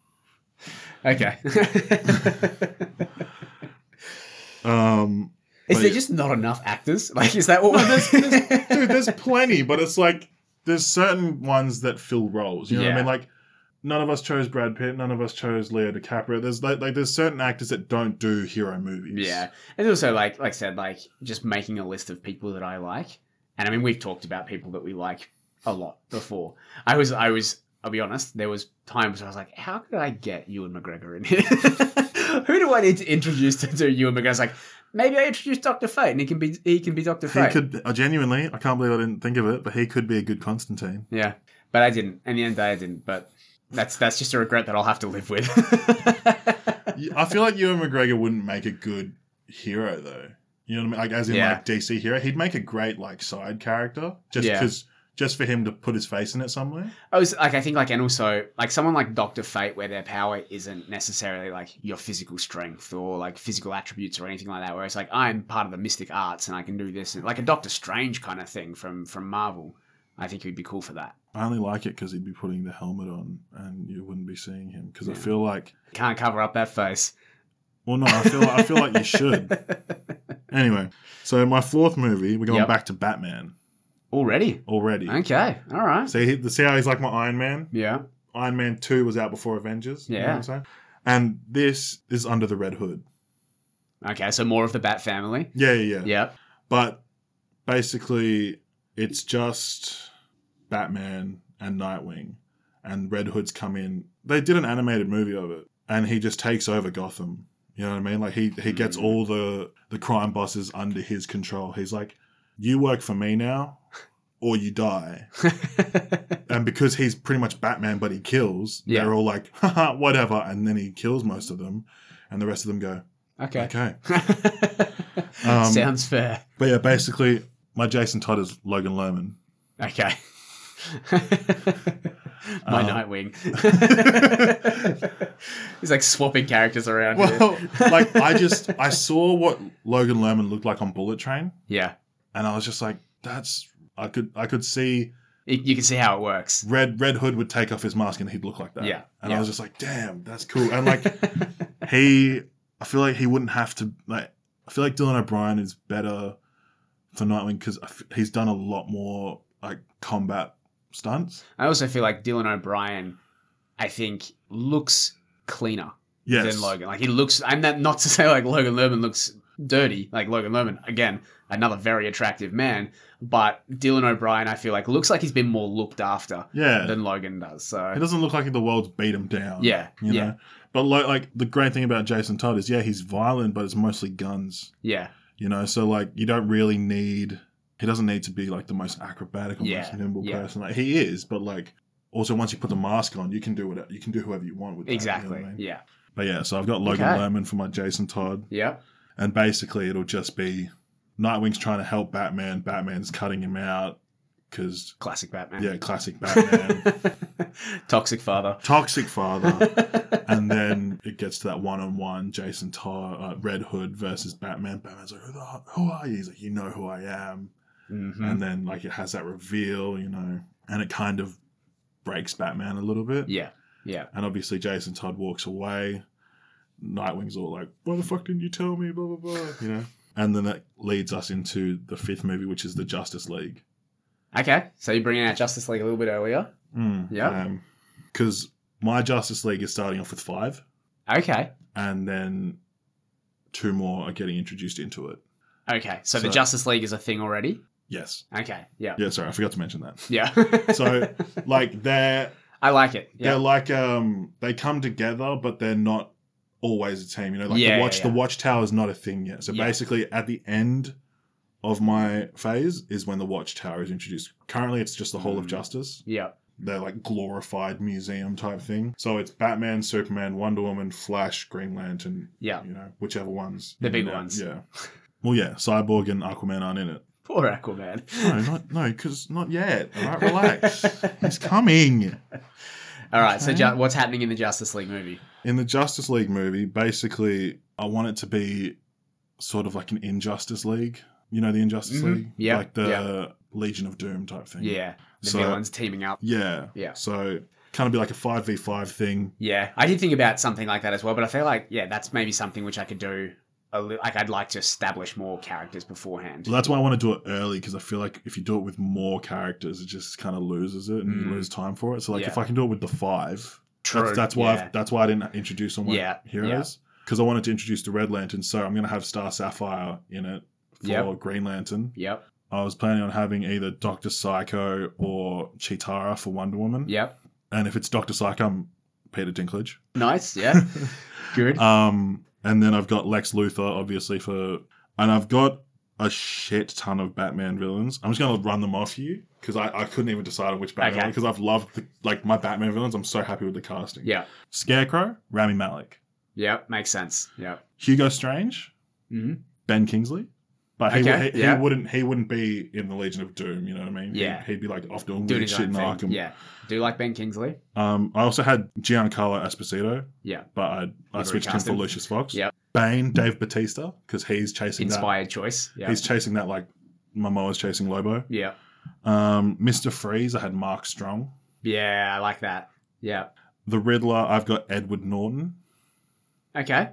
Okay. Um, is But- there just not enough actors? Like, is that what? No, there's- there's- dude, there's plenty, but it's like there's certain ones that fill roles. You know what I Yeah. mean? Like none of us chose Brad Pitt, none of us chose Leo DiCaprio. There's like, like there's certain actors that don't do hero movies. yeah, and also like, like I said, like just making a list of people that I like, and I mean we've talked about people that we like a lot before. I was, I was, I'll be honest, there was times where I was like, how could I get Ewan McGregor in here? Who do I need to introduce to, to Ewan McGregor? It's like maybe I introduce Doctor Fate, and he can be, he can be Doctor He Fate. could uh, genuinely, I can't believe I didn't think of it, but he could be a good Constantine. Yeah, but I didn't. In the end, I didn't. But that's that's just a regret that I'll have to live with. Y- I feel like Ewan McGregor wouldn't make a good hero though. You know what I mean? Like as in Yeah. like DC hero, he'd make a great like side character just Yeah. because just for him to put his face in it somewhere. I was like, I think like, and also like someone like Doctor Fate, where their power isn't necessarily like your physical strength or like physical attributes or anything like that. Where it's like I'm part of the mystic arts and I can do this, and like a Doctor Strange kind of thing from from Marvel. I think he'd be cool for that. I only like it because he'd be putting the helmet on and you wouldn't be seeing him because I Yeah. feel like Can't cover up that face. well no I feel I feel like you should anyway. So my fourth movie, we're going Yep. back to Batman Already. already. Okay. All right. So he, see how he's like my Iron Man. Yeah. Iron Man two was out before Avengers. you know Yeah. what I'm saying? And this is under the Red Hood. Okay. So more of the Bat family. Yeah, yeah, yeah. Yep. But basically, it's just Batman and Nightwing, and Red Hood's come in. They did an animated movie of it, and he just takes over Gotham. You know what I mean? Like he he gets Mm. all the the crime bosses under his control. He's like, "You work for me now, or you die." And because he's pretty much Batman, but he kills, Yeah. they're all like, Haha, "Whatever," and then he kills most of them, and the rest of them go, okay. "Okay." Um, Sounds fair. But yeah, basically, my Jason Todd is Logan Lerman. Okay. My Um, Nightwing. He's like swapping characters around. here. Well, like I just I saw what Logan Lerman looked like on Bullet Train, yeah, and I was just like, that's I could I could see you, you can see how it works. Red Red Hood would take off his mask and he'd look like that. Yeah, and I yeah. was just like, damn, that's cool. And like he, I feel like he wouldn't have to like. I feel like Dylan O'Brien is better for Nightwing because he's done a lot more like combat stunts. I also feel like Dylan O'Brien, I think, looks cleaner Yes, than Logan. Like he looks, and that not to say like Logan Lerman looks dirty. Like Logan Lerman, again, another very attractive man, but Dylan O'Brien, I feel like, looks like he's been more looked after Yeah, than Logan does. It So doesn't look like the world's beat him down. yeah, You yeah, know? But like, like the great thing about Jason Todd is, yeah, he's violent, but it's mostly guns. yeah, You know, so like you don't really need he doesn't need to be like the most acrobatic or most Yeah, nimble yeah. person. Like he is, but like also once you put the mask on, you can do whatever you can do whoever you want with that, you know what I Exactly. mean? Yeah. But yeah, so I've got Logan Okay. Lerman for my Jason Todd. Yeah. And basically, it'll just be Nightwing's trying to help Batman. Batman's cutting him out because, Classic Batman. yeah, classic Batman, Toxic father. toxic father. And then it gets to that one on one Jason Todd, uh, Red Hood versus Batman. Batman's like, who, the, who are you? He's like, you know who I am. Mhm. And then, like, it has that reveal, you know, and it kind of breaks Batman a little bit. Yeah. Yeah. And obviously, Jason Todd walks away. Nightwing's all like, "Why the fuck didn't you tell me?" Blah blah blah. You know. And then that leads us into the fifth movie, which is the Justice League. Okay. So you're bringing out Justice League a little bit earlier. Yeah. Because Hmm. Um, my Justice League is starting off with five, Okay. and then two more are getting introduced into it. Okay. So, the So- Justice League is a thing already. Yes. Okay. Yeah. Yeah. Sorry, I forgot to mention that. Yeah. So- Like they're I like it. they're Yeah. like um they come together, but they're not always a team. You know, like Yeah, the watch yeah, the yeah. watchtower is not a thing yet. So Yeah. basically, at the end of my phase is when the watchtower is introduced. Currently, it's just the whole of Mm. Justice. Yeah. They're like glorified museum type thing. So it's Batman, Superman, Wonder Woman, Flash, Green Lantern. Yeah. You know, whichever ones. The in big there. ones. Yeah. Well, yeah, Cyborg and Aquaman aren't in it. Poor Aquaman. No, not no, because not yet. All right, relax. He's coming. All right. So Okay. ju- what's happening in the Justice League movie? In the Justice League movie, basically, I want it to be sort of like an Injustice League. You know, the Injustice Mhm. League? Yeah, Like the yeah. Legion of Doom type thing. Yeah. The So- villains teaming up. Yeah. Yeah. So, kind of be like a 5v5 thing. Yeah, I did think about something like that as well, but I feel like yeah, that's maybe something which I could do. A li- like I'd like to establish more characters beforehand. So that's why I want to do it early because I feel like if you do it with more characters, it just kind of loses it and you Mm. lose time for it. So, like, if Yeah. I can do it with the five, True. that's, that's why yeah. I've, that's why I didn't introduce all my Yeah, heroes because I wanted to introduce the Red Lantern. So, I'm going to have Star Sapphire in it for Yep. Green Lantern. Yep. I was planning on having either Doctor Psycho or Chitara for Wonder Woman. Yep. And if it's Doctor Psycho, I'm Peter Dinklage. Nice. Yeah. Good. um, and then I've got Lex Luthor, obviously, for. And I've got a shit ton of Batman villains. I'm just going to run them off you because I, I couldn't even decide on which Batman Okay. because I've loved the, like my Batman villains. I'm so happy with the casting. yeah. Scarecrow, Rami Malik, Yep. Makes sense. Yep. Hugo Strange, hmm Ben Kingsley. But he, Okay, he, yeah. he wouldn't he wouldn't be in the Legion of Doom, you know what I mean? He'd- Yeah. He'd, be like off doing Doing weird his shit in own thing. Arkham. Yeah. Do you like Ben Kingsley? Um, I also had Giancarlo Esposito. Yeah. But I, I You've switched him recast for him. Lucius Fox. Yep. Bane, Dave Batista, because he's chasing Inspired choice. that. Yeah. He's chasing that like Momoa's chasing Lobo. Yeah. Um, Mr. Freeze, I had Mark Strong. Yeah. I like that. Yeah. The Riddler, I've got Edward Norton. Okay.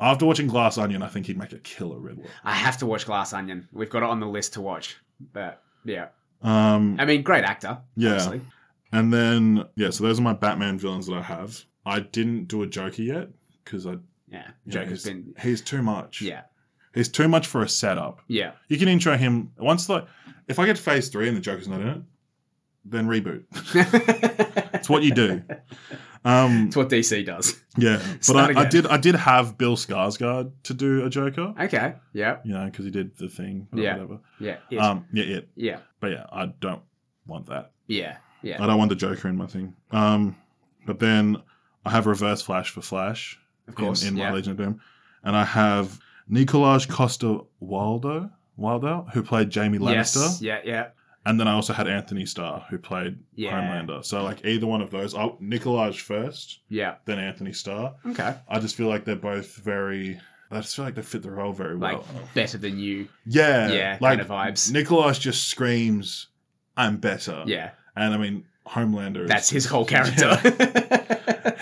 After watching Glass Onion, I think he'd make a killer Riddler. I have to watch Glass Onion. We've got it on the list to watch. But yeah, Um, I mean, great actor. Yeah. Obviously. and then yeah, so those are my Batman villains that I have. I didn't do a Joker yet because I Yeah. Yeah, Joker's he's- been. he's too much. Yeah. he's too much for a setup. Yeah. You can intro him once like if I get to phase three and the Joker's not in it, then reboot. it's It's what you do. Um, It's what DC does. yeah, but Start I, I again. did I did have Bill Skarsgård to do a Joker, Okay. Yeah. you know, because he did the thing. But Yeah. whatever. Yeah. It. Um, yeah, yeah, yeah. but yeah, I don't want that. Yeah. Yeah. I don't want the Joker in my thing. Um, but then I have Reverse Flash for Flash Of in, course. in my yeah. Legion of Doom, and I have Nicolaj Costa Waldo Wilder who played Jamie Yes. Lannister. Yeah. Yeah. And then I also had Anthony Starr, who played Yeah. Homelander. So like either one of those, I'll Nicolaj first, Yeah. then Anthony Starr. Okay. I just feel like they're both very. I just feel like they fit the role very well. uh, Like better than you. yeah, yeah, like kind of vibes. Nicolaj just screams, "I'm better." Yeah. and I mean Homelander. uh, Is, That's his whole character.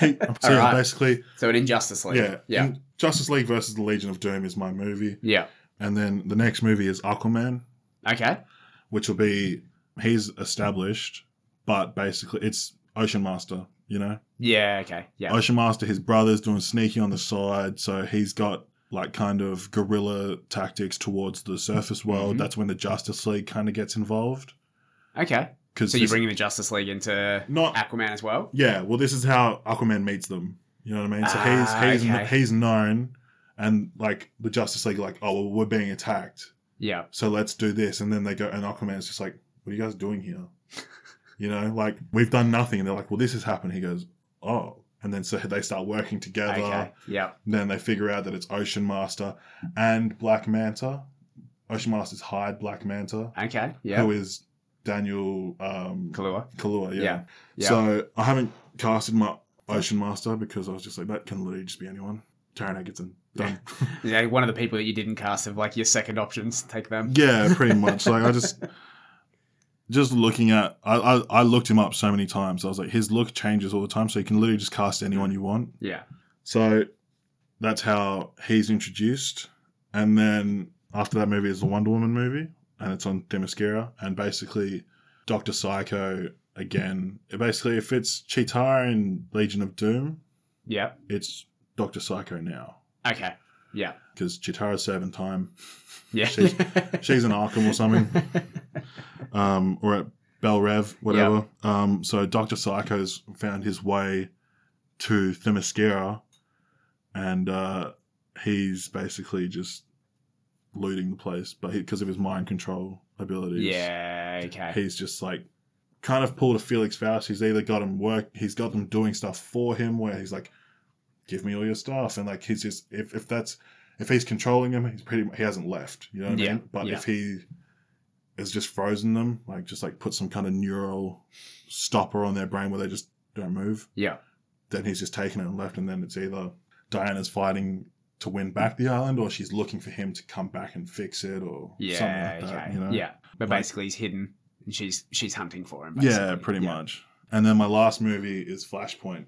He, so All right. basically, so an Injustice League. yeah, Yeah. In Justice League versus the Legion of Doom is my movie, Yeah. and then the next movie is Aquaman, Okay. which will be he's established, but basically it's Ocean Master. You know, Yeah. Okay. Yeah. Ocean Master, his brother's doing sneaky on the side, so he's got like kind of guerrilla tactics towards the surface world. Mhm. That's when the Justice League kind of gets involved Okay. because So you're bringing the Justice League into not Aquaman as well? yeah. Well, this is how Aquaman meets them. You know what I mean? So Ah, he's he's okay. he's known and like the Justice League, like, oh, well, we're being attacked, Yeah. so let's do this, and then they go, and Aquaman's just like, what are you guys doing here? you know, like we've done nothing, and they're like, well, this has happened. He goes, oh, and then so they start working together. Okay. Yeah. Then they figure out that it's Ocean Master and Black Manta. Ocean Master's hired Black Manta, Okay. Yeah. who is Daniel um, Kalua. Kalua. Yeah. Yeah. Yeah. So I haven't casted my Ocean Master because I was just like, that can literally just be anyone. Taron Egerton. Done. yeah. One of the people that you didn't cast of like your second options, take them. yeah, pretty much. Like I just. Just looking at, I, I I looked him up so many times. I was like, his look changes all the time, so you can literally just cast anyone you want. Yeah. So that's how he's introduced. And then after that movie is the Wonder Woman movie, and it's on Themyscira. And basically, Dr. Psycho, again, it basically, if it's Chitara in Legion of Doom, Yeah. it's Dr. Psycho now. Okay. Yeah. Because Chitara's serving time. Yeah. She's- She's in Arkham or something, um, or at Bell Rev, whatever. Um, so Dr. Psycho's found his way to Themyscira, and uh, he's basically just looting the place, but because of his mind control abilities, yeah. Okay. he's just like kind of pulled a Felix Faust. He's either got him work, he's got them doing stuff for him, where he's like, "Give me all your stuff," and like he's just if if that's if he's controlling him, he's pretty he hasn't left. You know what Yeah, I mean? But yeah. if he is just frozen them, like just like put some kind of neural stopper on their brain where they just don't move, yeah. then he's just taken it and left, and then it's either Diana's fighting. To win back the island, or she's looking for him to come back and fix it, or Yeah. something like that. okay. You know? Yeah. But Like- basically, he's hidden, and she's she's hunting for him. Yeah, basically. pretty Yeah. much. And then my last movie is Flashpoint.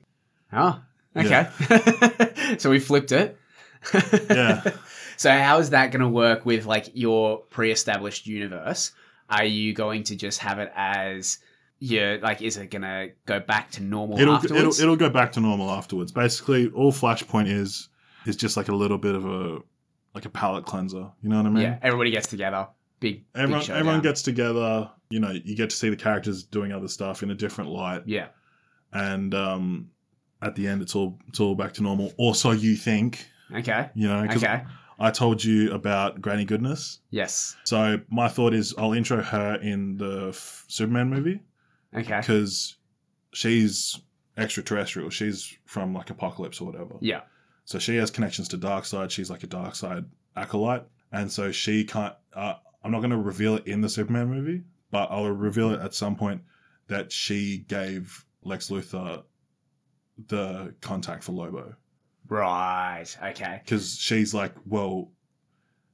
Oh, okay. Yeah. so we flipped it. Yeah. So how is that going to work with like your pre-established universe? Are you going to just have it as your like? Is it going to go back to normal it'll, it'll afterwards? it'll go back to normal afterwards. Basically, all Flashpoint is is just like a little bit of a like a palate cleanser. You know what I mean? yeah, everybody gets together. Big Everyone big showdown. everyone gets together. You know, you get to see the characters doing other stuff in a different light, yeah and um, at the end, it's all it's all back to normal. Or so you think. okay You know, 'cause okay I told you about Granny Goodness. yes So my thought is, I'll intro her in the f- Superman movie. okay because she's extraterrestrial. She's from like Apocalypse or whatever. yeah So she has connections to Darkseid. She's like a Darkseid acolyte, and so she can't. Uh, I'm not going to reveal it in the Superman movie, but I'll reveal it at some point that she gave Lex Luthor the contact for Lobo right okay because she's like, well,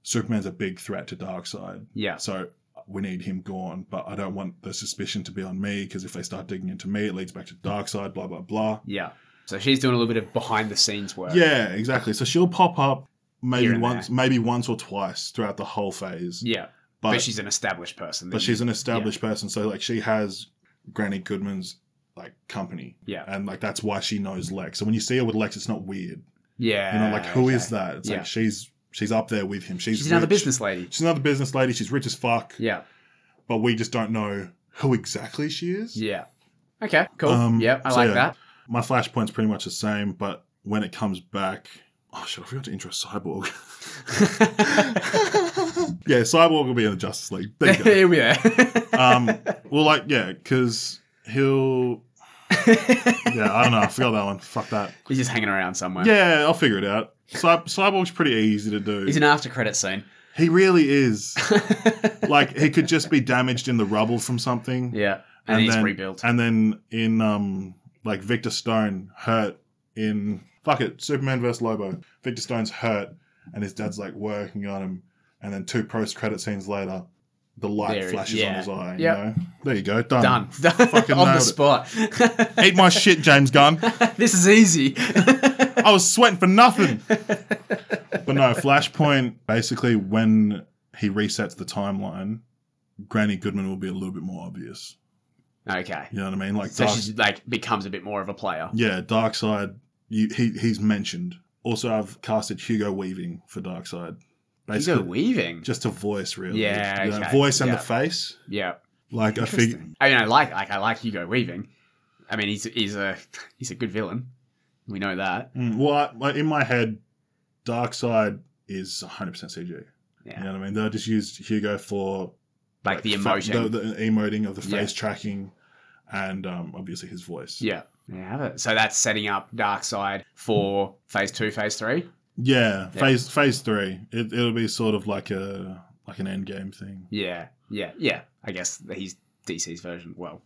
Superman's a big threat to Darkseid. yeah So uh, we need him gone, but I don't want the suspicion to be on me because if they start digging into me, it leads back to dark side, blah blah blah. yeah. So she's doing a little bit of behind the scenes work. Yeah, exactly. So she'll pop up Here maybe and once, maybe once or twice throughout the whole phase. yeah. but, But, but she's she's an established person. an established person, so like she has Granny Goodman's like company, yeah and like that's why she knows Lex. So when you see her with Lex, it's not weird. yeah. You know, like who is Ah, okay. that? It's Yeah. like she's she's up there with him. She's She's, another rich. business lady. She's another business lady. She's rich as fuck, Yeah. but we just don't know who exactly she is. Yeah. Okay. Cool. Um, yep. I so like yeah. that. My flashpoint's pretty much the same, but when it comes back, oh shit, I forgot to intro Cyborg. yeah, Cyborg will be in the Justice League. There you Here we are. go. um, well, like yeah, because he'll. Yeah, I don't know. I forgot that one. Fuck that. He's just hanging around somewhere. Yeah, I'll figure it out. Cy- Cyborg's pretty easy to do. He's an after credit scene. he really is. Like he could just be damaged in the rubble from something. yeah. And, And he's then- rebuilt. And then in um like Victor Stone hurt in fuck it, Superman vs. Lobo. Victor Stone's hurt and his dad's like working on him and then two post credit scenes later, the light There it- flashes yeah. on his eye, Yep. you know? There you go, done. Done. fucking On the nailed it. spot. Eat my shit, James Gunn. this is easy. I was sweating for nothing. But no, Flashpoint basically when he resets the timeline, Granny Goodman will be a little bit more obvious. okay. You know what I mean? Like So Dark- she's like becomes a bit more of a player. Yeah, Darkseid. You, he he's mentioned. Also, I've casted Hugo Weaving for Darkseid. He's Basically, go weaving. just a voice, really. Yeah, okay, voice and yeah. the face. yeah. Like a figure. Interesting. I mean, I like like I like Hugo Weaving. I Mm, mean, he's he's a he's a good villain. We know that. Well, I, like, in my head, Dark Side is 100% CG. Yeah. You know what I mean? They just used Hugo for Like, the fa- emotion. the, the emoting of the Yeah. face tracking, and um, obviously his voice. yeah. There you have it. So that's setting up Dark Side for phase two, phase three. Yeah, Yeah. phase phase three. It, it'll be sort of like a like an end game thing. Yeah. Yeah. Yeah. I guess he's DC's version. Well,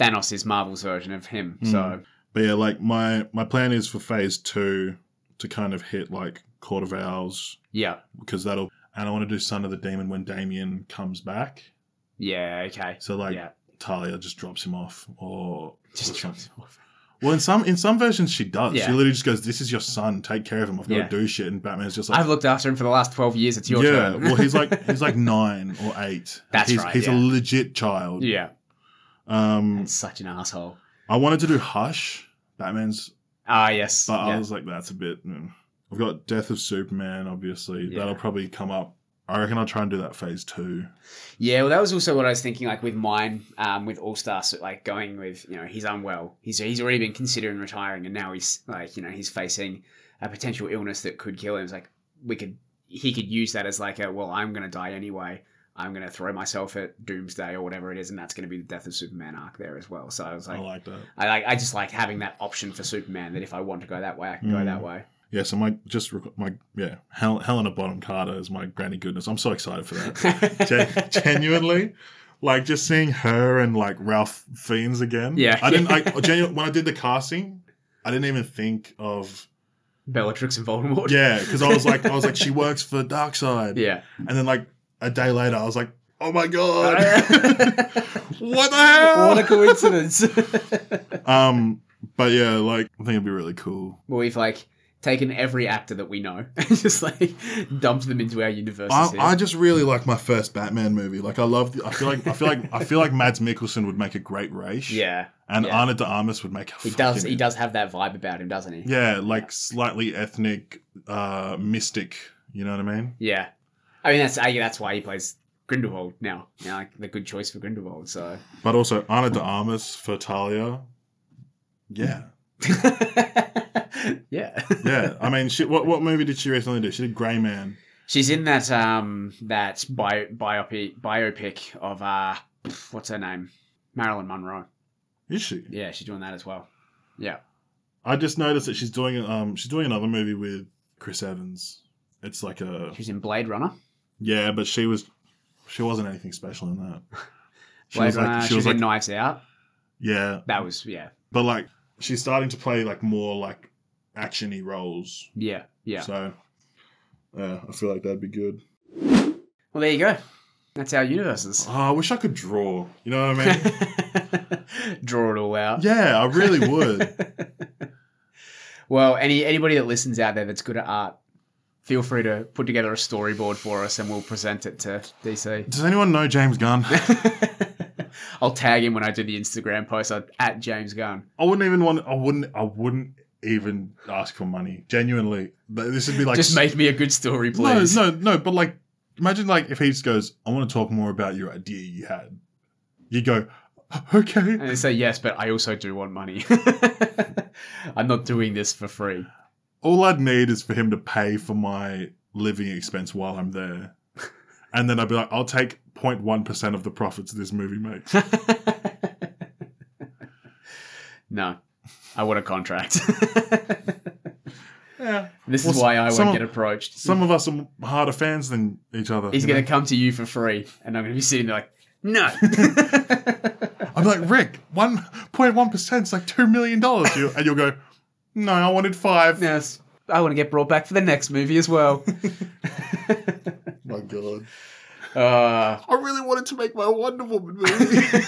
Thanos is Marvel's version of him. Hmm. So But yeah, like my my plan is for phase two to kind of hit like Court of Owls yeah. because that'll and I want to do Son of the Demon when Damien comes back. Yeah. Okay. So like yeah. Talia just drops him off or Just or drops him off. Well, in some in some versions she does. Yeah. She literally just goes, "This is your son. Take care of him. I've got Yeah. to do shit." And Batman's just like, I've looked after him for the last twelve years. It's your "Yeah." turn. well, he's like he's like nine or eight. That's he's, right, He's yeah. a legit child. yeah. Um, It's such an asshole. I wanted to do Hush, Batman's, Ah, yes. but uh, I Yeah. was like, "That's a bit." mm. I've got Death of Superman. Obviously, Yeah. that'll probably come up. I reckon I'll try and do that phase two. Yeah, well, that was also what I was thinking. Like with mine, um, with All Star, so, like going with you know he's unwell. He's he's already been considering retiring, and now he's like you know he's facing a potential illness that could kill him. It's like we could he could use that as like a well, I'm gonna die anyway. I'm gonna throw myself at doomsday or whatever it is, and that's gonna be the death of Superman arc there as well. So I was like, I like that. I like I just like having that option for Superman that if I want to go that way, I can go Mm. that way. Yeah, so my just rec- my yeah, Hel- Helena Bonham Carter is my granny goodness. I'm so excited for that. Gen- genuinely like just seeing her and like ralph fiends again Yeah. i didn't i genu- when i did the casting i didn't even think of Bellatrix and Voldemort. yeah because i was like i was like she works for dark side yeah. and then like a day later i was like oh my god Oh, what what the hell a coincidence. um but yeah like i think it'd be really cool Well, we've like taken every actor that we know and just like dumped them into our universes. I, here. I just really like my first Batman movie. Like I love. The, I feel like I feel like I feel like Mads Mikkelsen would make a great Raish. yeah, and yeah. Arna de Armas would make a. he does. fucking He does have that vibe about him, doesn't he? Yeah, like slightly ethnic, uh, mystic. You know what I mean? Yeah. I mean, that's I, that's why he plays Grindelwald now. You know, like the good choice for Grindelwald. So But also Ana de Armas for Talia. Yeah, yeah, yeah. I mean, she, what what movie did she recently do? She did Grey Man. she's in that um that bio, biopic biopic of uh what's her name Marilyn Monroe. Is she? Yeah, she's doing that as well. I just noticed that she's doing um she's doing another movie with Chris Evans. It's like a She's in Blade Runner. yeah, but she was she wasn't anything special in that. She Blade was Runner. like she she was in like Knives Out. yeah, That was yeah but like she's starting to play like more like actiony roles. yeah yeah. So yeah, I feel like that'd be good. Well, there you go. That's our universes. Oh, I wish I could draw. You know what I mean? Draw it all out. yeah, I really would. well, any anybody that listens out there that's good at art, feel free to put together a storyboard for us, and we'll present it to DC. Does anyone know James Gunn? I'll tag him when I do the Instagram post uh, at James Gunn. I wouldn't even want. I wouldn't. I wouldn't even ask for money. Genuinely, Th- this would be like Just make me a good story, no, please. no, no. But like, imagine like if he just goes, "I want to talk more about your idea you had." You go, "Oh, okay. And they say yes, but I also do want money. I'm not doing this for free. All I'd need is for him to pay for my living expense while I'm there, and then I'd be like, "I'll take 0.1 percent of the profits this movie makes." no, I want a contract. Yeah. this Well, is why I some- won't get approached. Some of us are harder fans than each other. He's you know? going to come to you for free, and I'm going to be sitting there like, no. I'm like Rick. One point one percent is like two million dollars. You and you'll go. No, I wanted five. yes, I want to get brought back for the next movie as well. My God, uh, I really wanted to make my Wonder Woman movie.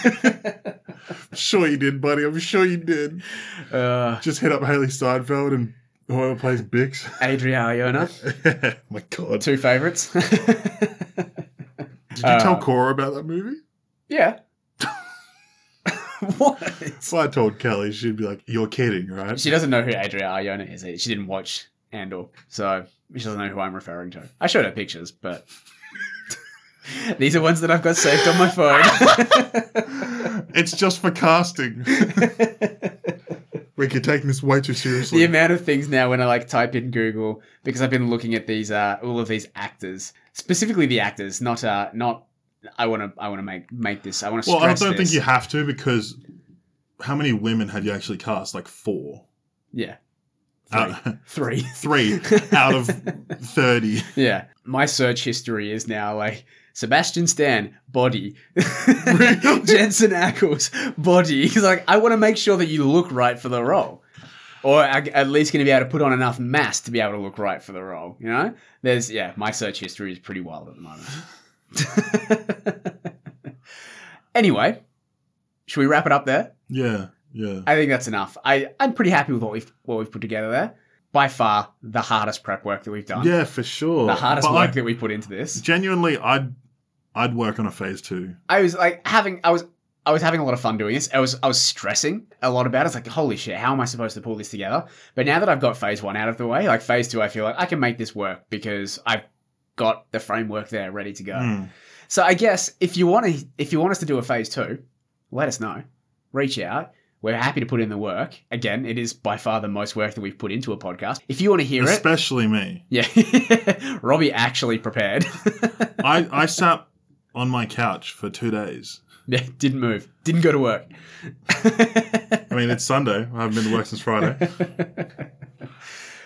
sure you did, buddy. I'm sure you did. uh, Just hit up Haley Steinfeld and whoever plays Bix. Adria Iona, Oh My God, two favorites. did you tell Uh, Cora about that movie? yeah. what? If I told Kelly, she'd be like, "You're kidding, right?" She doesn't know who Adria Iona is. either. She didn't watch Andor, so she doesn't know who I'm referring to. I showed her pictures, but these are ones that I've got saved on my phone. it's just for casting. Rick, you're taking this way too seriously. the amount of things now when I like type in Google because I've been looking at these uh, all of these actors, specifically the actors, not uh, not. I want to I want to make make this. I want to. well, I stress don't this. think you have to because how many women had you actually cast? Like four. Yeah. Out, Three. three Three. out of 30. yeah. My search history is now like Sebastian Stan body, Really? Jensen Ackles body. Because like I want to make sure that you look right for the role, or I- at least going to be able to put on enough mass to be able to look right for the role. You know, there's yeah. My search history is pretty wild at the moment. anyway, should we wrap it up there? Yeah, yeah. I think that's enough. I I'm pretty happy with what we've what we've put together there. By far the hardest prep work that we've done. Yeah, for sure. the hardest But, work like, that we put into this. genuinely, I'd I'd work on a phase two. I was like having I was I was having a lot of fun doing this. I was I was stressing a lot about it. It's like holy shit, how am I supposed to pull this together? But now that I've got phase one out of the way, like phase two, I feel like I can make this work because I've got the framework there ready to go. Mm. So I guess if you want to if you want us to do a phase two, let us know. Reach out. We're happy to put in the work. Again, it is by far the most work that we've put into a podcast. If you want to hear it, Especially me. yeah, Robbie actually prepared. I, I sat on my couch for two days. yeah, didn't move, didn't go to work. I mean, it's Sunday. I haven't been to work since Friday.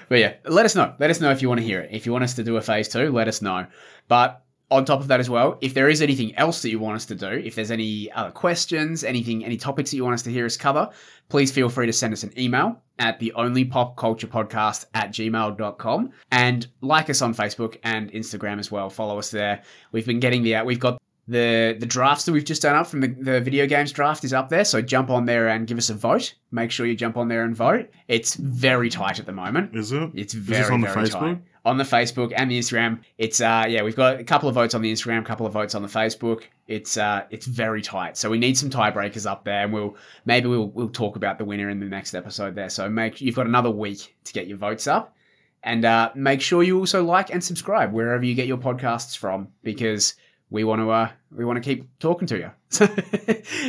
but yeah, let us know. Let us know if you want to hear it. If you want us to do a phase two, let us know. But on top of that as well, if there is anything else that you want us to do, if there's any other questions, anything, any topics that you want us to hear us cover, please feel free to send us an email at the only pop culture podcast at gmail.com and like us on Facebook and Instagram as well. Follow us there. We've been getting the uh, we've got the the drafts that we've just done up from the, the video games draft is up there, so jump on there and give us a vote. Make sure you jump on there and vote. It's very tight at the moment. Is it? It's this very on the very Facebook? tight. On the Facebook and the Instagram. It's uh yeah, we've got a couple of votes on the Instagram, couple of votes on the Facebook. It's uh it's very tight. So we need some tiebreakers up there and we'll maybe we'll we'll talk about the winner in the next episode there. So make you've got another week to get your votes up. And uh, make sure you also like and subscribe wherever you get your podcasts from, because we want to uh, we want to keep talking to you. So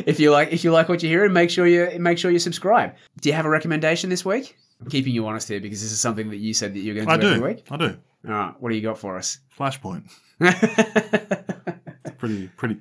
if you like if you like what you hear, make sure you make sure you subscribe. Do you have a recommendation this week? I'm keeping you honest here because this is something that you said that you're going to I do, every do. week. I do. All right, what do you got for us? Flashpoint. Pretty pretty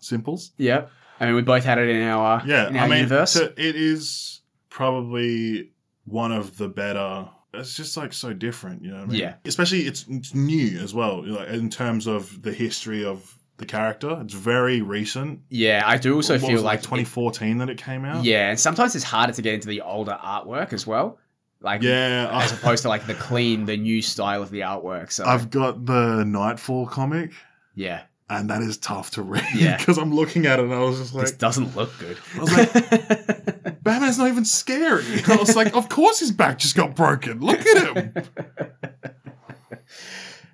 simples. yep. I mean, we both had it in our Yeah, in I our mean, universe. so it is probably one of the better. It's just like so different, you know. What I mean? Yeah. Especially it's, it's new as well, like in terms of the history of the character. It's very recent. yeah, I do also What feel was it, like 2014 that it came out. Yeah, and sometimes it's harder to get into the older artwork as well. Like yeah. as I- opposed to like the clean, the new style of the artwork. So I've got the Nightfall comic, yeah, and that is tough to read Yeah. because I'm looking at it and I was just this like, doesn't look good. I was like, Batman's not even scary. I was like, of course his back just got broken. Look at him.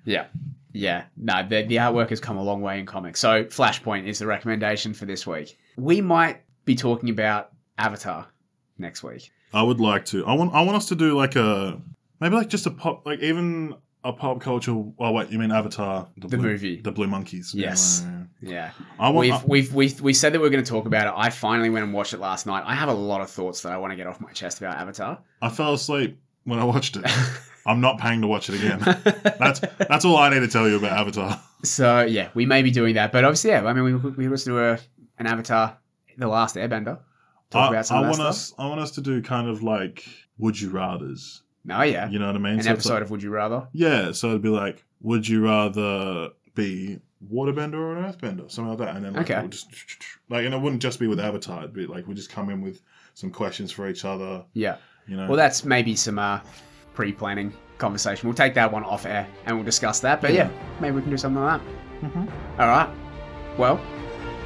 yeah, yeah. No, the, the artwork has come a long way in comics. So Flashpoint is the recommendation for this week. We might be talking about Avatar next week. I would like to. I want. I want us to do like a maybe like just a pop, like even a pop culture. Oh wait, you mean Avatar, The blue, movie. the Blue Monkeys? Yes. Yeah, yeah, Yeah, yeah. I want. we've, I, we've we've we said that we are going to talk about it. I finally went and watched it last night. I have a lot of thoughts that I want to get off my chest about Avatar. I fell asleep when I watched it. I'm not paying to watch it again. That's that's all I need to tell you about Avatar. So yeah, we may be doing that, but obviously, yeah. I mean, we we listened to a, an Avatar, The Last Airbender. Talk I, about some I of that want stuff. us. I want us to do kind of like would you rather's. No, Oh, yeah, You know what I mean? an So it's episode like- of Would You Rather. yeah. So it'd be like, would you rather be waterbender or an earthbender, something like that, and then like, Okay. we'll just like, and it wouldn't just be with Avatar. It'd be like we just come in with some questions for each other. Yeah. You know, Well, that's maybe some uh, pre-planning conversation. We'll take that one off air and we'll discuss that. But yeah, maybe we can do something like Mhm. that. All right. Well,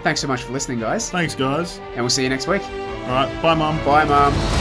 thanks so much for listening, guys, Thanks, guys. and we'll see you next week. All right, bye, mum. Bye, mum.